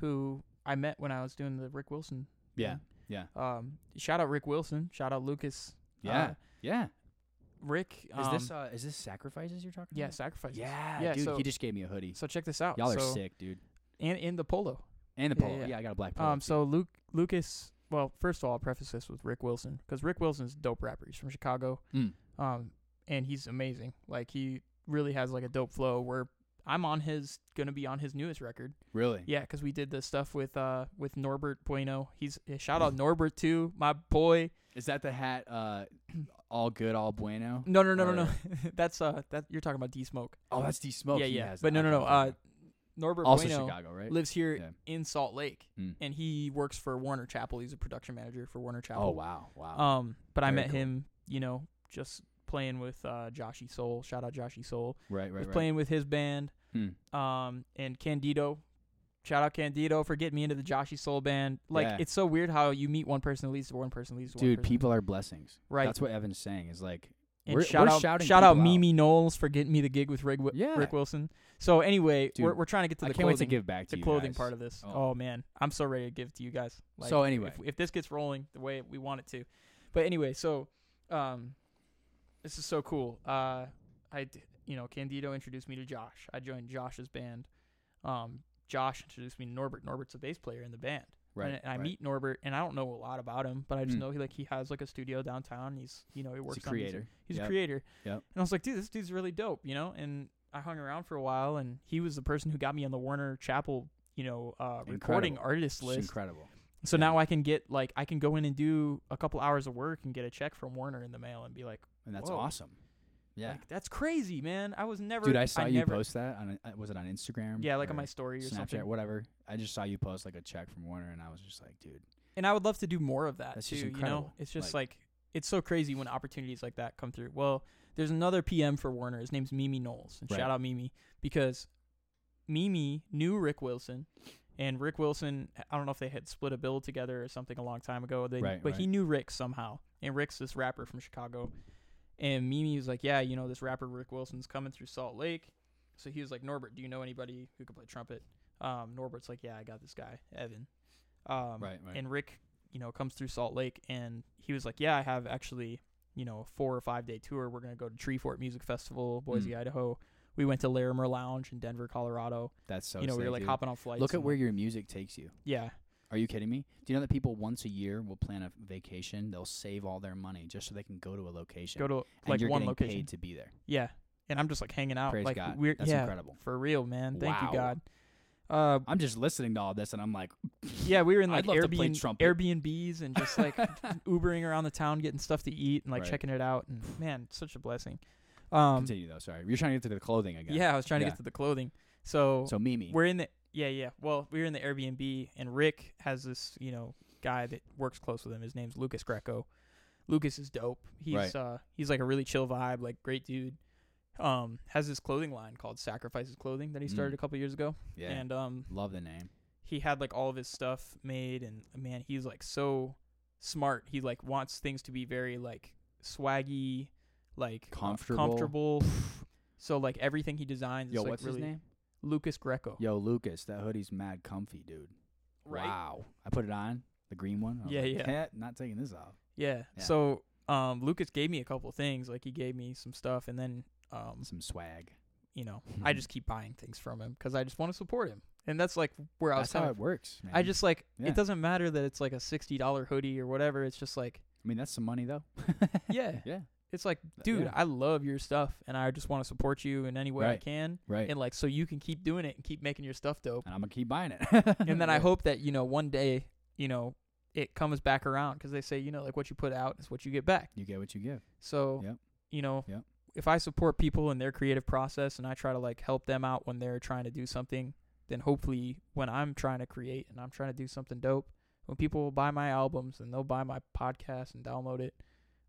B: who I met when I was doing the Rick Wilson.
C: yeah.
B: thing.
C: Yeah.
B: Um, shout out Rick Wilson. Shout out Lucas.
C: Yeah.
B: Uh,
C: yeah.
B: Rick.
C: Is
B: um,
C: this uh is this sacrifices you're talking
B: yeah
C: about?
B: sacrifices?
C: Yeah,
B: Yeah,
C: dude,
B: so-
C: he just gave me a hoodie.
B: So check this out.
C: Y'all are
B: So-
C: sick, dude.
B: And in the polo.
C: And the
B: Yeah,
C: polo. Yeah,
B: yeah.
C: I got a black polo.
B: Um,
C: too.
B: so Luke Lucas. Well, first of all, I'll preface this with Rick Wilson because Rick Wilson's a dope rapper. He's from Chicago.
C: Mm.
B: Um, and he's amazing. Like he really has like a dope flow. Where I'm on his gonna be on his newest record.
C: Really?
B: Yeah, because we did the stuff with uh with Norbert Bueno. He's yeah, shout out Norbert too, my boy.
C: Is that the hat? Uh, all good, all bueno.
B: No, no, no, no, no. That's uh that you're talking about D Smoke.
C: Oh, that's D Smoke.
B: yeah,
C: He
B: yeah.
C: has
B: But
C: that.
B: no, no, no.
C: Okay, okay,
B: Uh,
C: okay.
B: Norbert
C: also
B: Bueno
C: Chicago, right?
B: lives here
C: Yeah.
B: in Salt Lake,
C: Mm.
B: and he works for Warner Chapel. He's a production manager for Warner Chapel.
C: Oh wow, wow.
B: Um, but I
C: Very
B: met
C: cool.
B: him, you know, just playing with uh, Joshy Soul. Shout out Joshy Soul.
C: right,
B: was
C: right, right.
B: playing with his band.
C: Hmm.
B: Um, and Candido. Shout out Candido for getting me into the Joshy Soul band. Like
C: Yeah.
B: it's so weird how you meet one person leads to one person leads to one
C: Dude,
B: person.
C: people are blessings.
B: right.
C: That's what Evan's saying. Is like
B: and
C: we're-
B: shout
C: we're
B: out
C: shouting
B: shout out
C: people out.
B: Mimi Knowles for getting me the gig with Rick, Wi-
C: Yeah.
B: Rick Wilson. So anyway,
C: Dude,
B: we're we're trying to get to
C: I
B: the
C: can't
B: clothing,
C: wait to give back to
B: the
C: you
B: clothing
C: guys.
B: part of this.
C: Oh.
B: Oh. man, I'm so ready to give to you guys. Like,
C: so anyway,
B: if, if this gets rolling the way we want it to. But anyway, so um, this is so cool. Uh, I d- you know Candido introduced me to Josh. I joined Josh's band. Um, Josh introduced me to Norbert. Norbert's a bass player in the band.
C: right?
B: And, I- and I
C: right.
B: meet Norbert, and I don't know a lot about him, but I just
C: Mm.
B: know he like he has like a studio downtown. And he's you know he
C: He's
B: works
C: a
B: on music.
C: creator.
B: He's
C: Yep.
B: a creator.
C: Yep.
B: And I was like, dude, this dude's really dope, you know. And I hung around for a while, and he was the person who got me on the Warner Chapel, you know, uh, recording
C: Incredible.
B: artist
C: It's
B: list.
C: incredible.
B: So
C: Yeah.
B: now I can get like I can go in and do a couple hours of work and get a check from Warner in the mail and be like,
C: And that's
B: Whoa.
C: awesome. Yeah,
B: like that's crazy, man. I was never
C: dude, I saw you
B: never-
C: post that on a, uh, was it on Instagram?
B: Yeah, like on
C: or
B: my story or
C: Snapchat,
B: something.
C: whatever. I just saw you post like a check from Warner, and I was just like, dude,
B: And I would love to do more of that
C: That's
B: too,
C: just
B: you know.
C: incredible.
B: It's just
C: Like-
B: like, it's so crazy when opportunities like that come through. Well, there's another PM for Warner. His name's Mimi Knowles. And
C: Right.
B: shout out Mimi because Mimi knew Rick Wilson and Rick Wilson I don't know if they had split a bill together or something a long time ago. They
C: Right,
B: but he
C: right.
B: knew Rick somehow. And Rick's this rapper from Chicago. And Mimi was like, Yeah, you know, this rapper Rick Wilson's coming through Salt Lake. So he was like, Norbert, do you know anybody who can play trumpet? Um, Norbert's like, Yeah, I got this guy, Evan. Um,
C: Right, right.
B: And Rick, you know, comes through Salt Lake and he was like, Yeah, I have actually, you know, a four or five day tour. We're going to go to Treefort Music Festival, Boise,
C: Mm.
B: Idaho. We went to Larimer Lounge in Denver, Colorado.
C: that's so.
B: you know, we
C: sick,
B: were like
C: dude.
B: hopping on flights.
C: Look at
B: and-
C: where your music takes you.
B: Yeah.
C: Are you kidding me? Do you know that people once a year will plan a vacation? They'll save all their money just so they can go to a location.
B: Go to
C: and
B: like
C: you're
B: one
C: getting
B: location.
C: paid to be there.
B: Yeah. And I'm just like hanging out.
C: Praise
B: like
C: God.
B: we're
C: That's
B: yeah,
C: incredible.
B: For real, man. Thank you,
C: Wow.
B: God. Uh,
C: I'm just listening to all this and I'm like,
B: yeah, we were in
C: I'd
B: like
C: love to play
B: Airbnb,
C: trumpet.
B: Airbnbs and just like um, Ubering around the town, getting stuff to eat and like
C: Right.
B: checking it out. And man, such a blessing. Um,
C: continue though. Sorry, you're trying to get to the clothing again.
B: yeah, I was trying to
C: Yeah.
B: get to the clothing. So,
C: So Mimi,
B: we're in the yeah yeah. Well, we were in the Airbnb and Rick has this you know guy that works close with him. His name's Lucas Greco. Lucas is dope. He's
C: Right.
B: uh he's like a really chill vibe, like great dude. Um, has this clothing line called Sacrifices Clothing that he started
C: Mm.
B: a couple years ago.
C: yeah,
B: And um
C: love the name.
B: he had like all of his stuff made and man he's like so smart he like wants things to be very like swaggy like uh,
C: Comfortable.
B: comfortable so like everything he designs
C: Yo,
B: is like
C: what's
B: really
C: his name?
B: lucas greco
C: Yo, Lucas, that hoodie's mad comfy, dude.
B: right
C: Wow. I put it on, the green one. I was
B: Yeah,
C: like,
B: yeah.
C: Not taking this off.
B: yeah.
C: Yeah.
B: so um lucas gave me a couple of things like he gave me some stuff and then um
C: Some swag.
B: you know i
C: Mm-hmm.
B: just keep buying things from him because i just want to support him and that's like where i was
C: That's how
B: kind
C: it
B: of
C: works. Man.
B: i just like
C: Yeah.
B: it doesn't matter that it's like a $60 hoodie or whatever it's just like
C: I mean, that's some money though.
B: yeah
C: yeah.
B: it's like, dude,
C: yeah.
B: I love your stuff, and I just want to support you in any way I
C: Right.
B: can,
C: Right.
B: and like so you can keep doing it and keep making your stuff dope.
C: And I'm gonna keep buying it.
B: And then I
C: Right.
B: hope that you know one day, you know, it comes back around because they say you know like what you put out is what you get back.
C: you get what you give.
B: So,
C: Yep.
B: you know,
C: Yep.
B: if I support people in their creative process and I try to like help them out when they're trying to do something, then hopefully when I'm trying to create and I'm trying to do something dope, when people will buy my albums and they'll buy my podcast and download it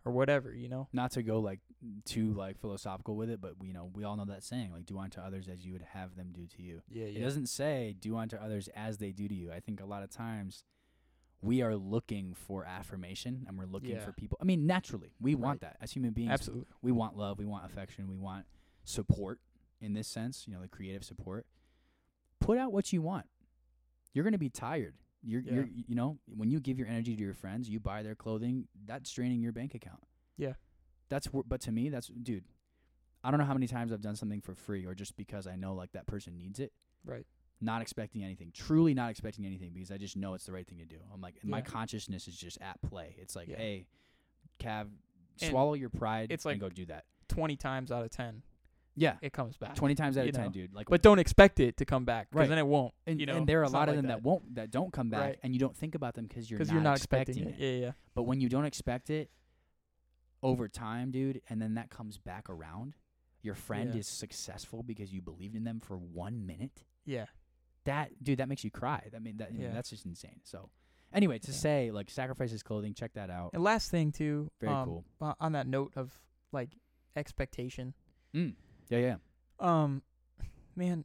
B: or whatever, you know.
C: Not to go like
B: Mm-hmm.
C: too like philosophical with it, but you know we all know that saying like do unto others as you would have them do to you.
B: Yeah,
C: It doesn't say do unto others as they do to you. I think a lot of times we are looking for affirmation and we're looking
B: Yeah.
C: for people. I mean, naturally, we want that as human beings.
B: Absolutely.
C: we want love, we want affection, we want support in this sense, you know, the creative support. Put out what you want. You're going to be tired. You're,
B: Yeah.
C: you're, you know, when you give your energy to your friends, you buy their clothing, that's draining your bank account.
B: Yeah.
C: That's, wh- but to me, that's, dude, I don't know how many times I've done something for free or just because I know like that person needs it.
B: Right.
C: Not expecting anything, truly not expecting anything because I just know it's the right thing to do. I'm like, my
B: Yeah.
C: consciousness is just at play. It's like,
B: Yeah.
C: hey, Cav,
B: And
C: swallow your pride
B: it's
C: and
B: like-
C: go do that.
B: 20 times out of 10
C: Yeah.
B: it comes back
C: 20 times out
B: you
C: of 10,
B: know.
C: dude. Like
B: but don't expect it to come back because
C: Right.
B: then it won't
C: and,
B: you know
C: and there are a
B: it's not
C: lot of
B: like
C: them that. won't that don't come back
B: Right.
C: and you don't think about them cuz you're,
B: because
C: not
B: you're not
C: expecting,
B: expecting,
C: it.
B: it. yeah yeah
C: But when you don't expect it over time, dude, and then that comes back around, your friend
B: Yeah.
C: is successful because you believed in them for 1 minute.
B: yeah
C: That dude, that makes you cry. That mean that I mean,
B: Yeah.
C: that's just insane. So anyway, to
B: Yeah.
C: say like sacrifices clothing, check that out.
B: and last thing too
C: Very
B: um,
C: cool.
B: o- on that note of like expectation
C: Mm. Yeah, yeah.
B: um man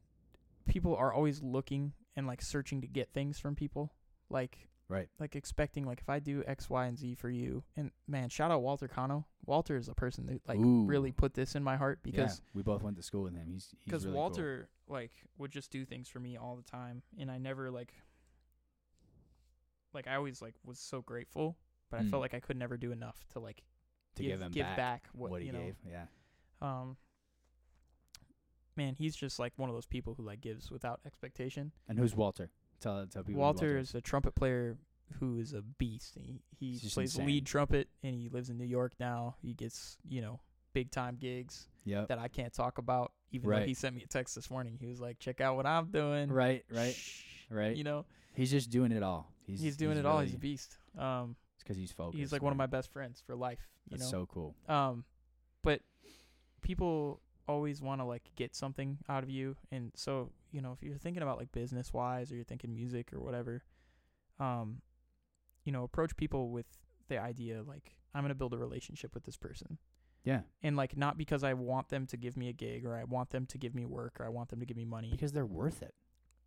B: people are always looking and like searching to get things from people like
C: Right.
B: like expecting like if i do x y and z for you and man shout out walter cano walter is a person that like
C: Ooh.
B: really put this in my heart because
C: yeah, we both went to school with him. He's he's
B: because
C: really cool.
B: Walter like would just do things for me all the time, and I never like like I always like was so grateful, but I
C: Mm.
B: felt like I could never do enough to like
C: to
B: give
C: give him
B: give
C: back,
B: what,
C: he
B: you know.
C: gave. Yeah.
B: Um, man, he's just like one of those people who like gives without expectation.
C: And who's Walter? Tell tell people who
B: Walter is a trumpet player who is a beast. He he
C: He's just
B: plays
C: insane.
B: lead trumpet, and he lives in New York now. He gets you know big time gigs
C: Yep.
B: that I can't talk about. Even though
C: Right.
B: he sent me a text this morning, he was like, "Check out what I'm doing."
C: Right, right,
B: Shh,
C: right.
B: You know,
C: he's just doing it all. He's
B: he's, doing it all. He's a
C: really-
B: beast. Um,
C: It's because he's focused.
B: he's like one of my
C: man.
B: best friends for life. You
C: That's
B: know,
C: so cool.
B: um, but people always want to like get something out of you, and so you know if you're thinking about like business wise or you're thinking music or whatever, um, you know, approach people with the idea like I'm gonna build a relationship with this person.
C: Yeah,
B: And like not because I want them to give me a gig or I want them to give me work or I want them to give me money.
C: because they're worth it.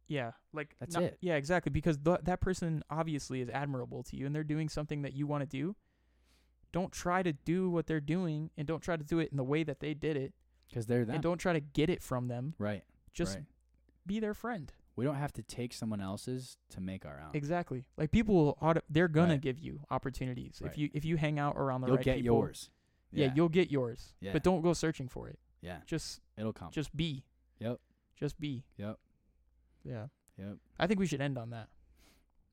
B: Yeah, like
C: That's
B: not-
C: it.
B: Yeah, exactly. Because th- that person obviously is admirable to you, and they're doing something that you want to do. Don't try to do what they're doing, and don't try to do it in the way that they did it,
C: Because they're that.
B: and don't try to get it from them.
C: right.
B: Just
C: right.
B: be their friend.
C: we don't have to take someone else's to make our own.
B: Exactly. Like people will auto, they're gonna
C: Uh-huh. Right.
B: give you opportunities
C: Right.
B: if you if you hang out around the
C: You'll
B: right
C: get
B: people.
C: yours.
B: Yeah, you'll get yours.
C: Yeah.
B: But don't go searching for it.
C: yeah.
B: Just
C: It'll come.
B: just be.
C: Yep.
B: Just be.
C: Yep.
B: Yeah.
C: Yep.
B: I think we should end on that.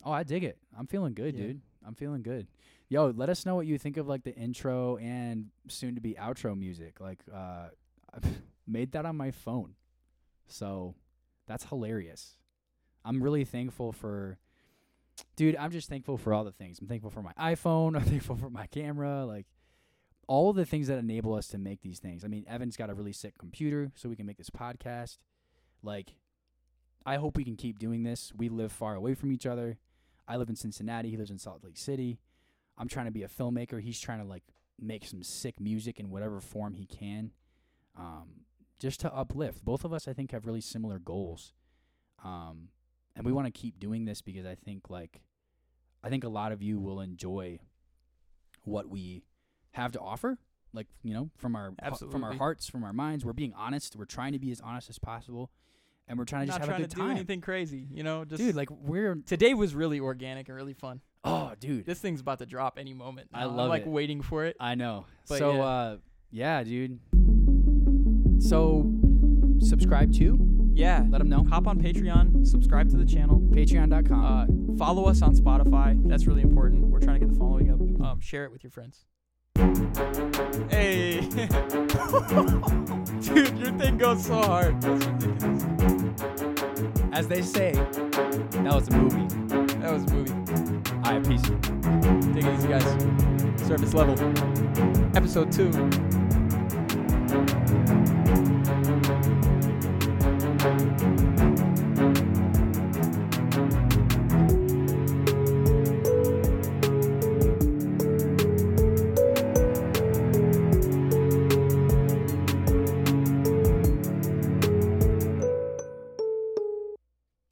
C: Oh, I dig it. I'm feeling good,
B: Yeah.
C: dude. I'm feeling good. Yo, let us know what you think of like the intro and soon to be outro music. Like uh I made that on my phone. So that's hilarious. I'm really thankful for dude, I'm just thankful for all the things. I'm thankful for my iPhone, I'm thankful for my camera, like all the things that enable us to make these things. I mean, Evan's got a really sick computer so we can make this podcast. Like I hope we can keep doing this. We live far away from each other. I live in Cincinnati. He lives in Salt Lake City. I'm trying to be a filmmaker. He's trying to like make some sick music in whatever form he can, um, just to uplift. Both of us, I think, have really similar goals. Um, and we want to keep doing this because I think like I think a lot of you will enjoy what we have to offer. Like you know, from our hu- from our
B: Absolutely.
C: hearts, from our minds, we're being honest. We're trying to be as honest as possible, and we're trying to
B: not
C: just have
B: trying
C: a good
B: to do
C: time,
B: anything crazy, you know. Just
C: dude. Like we're
B: today was really organic and really fun.
C: oh, dude,
B: This thing's about to drop any moment.
C: I
B: now. I'm
C: love
B: like
C: it.
B: waiting for it.
C: I know.
B: But
C: so
B: yeah.
C: uh yeah, dude. So subscribe to,
B: Yeah.
C: let them know
B: Hop on Patreon, subscribe to the channel,
C: patreon.com.
B: uh, follow us on Spotify. That's really important. We're trying to get the following up. Um, share it with your friends. Hey, dude, your thing goes so hard. That's ridiculous.
C: As they say, that was a movie.
B: That was a movie.
C: All right, peace.
B: Take it easy, guys. Surface level, episode two.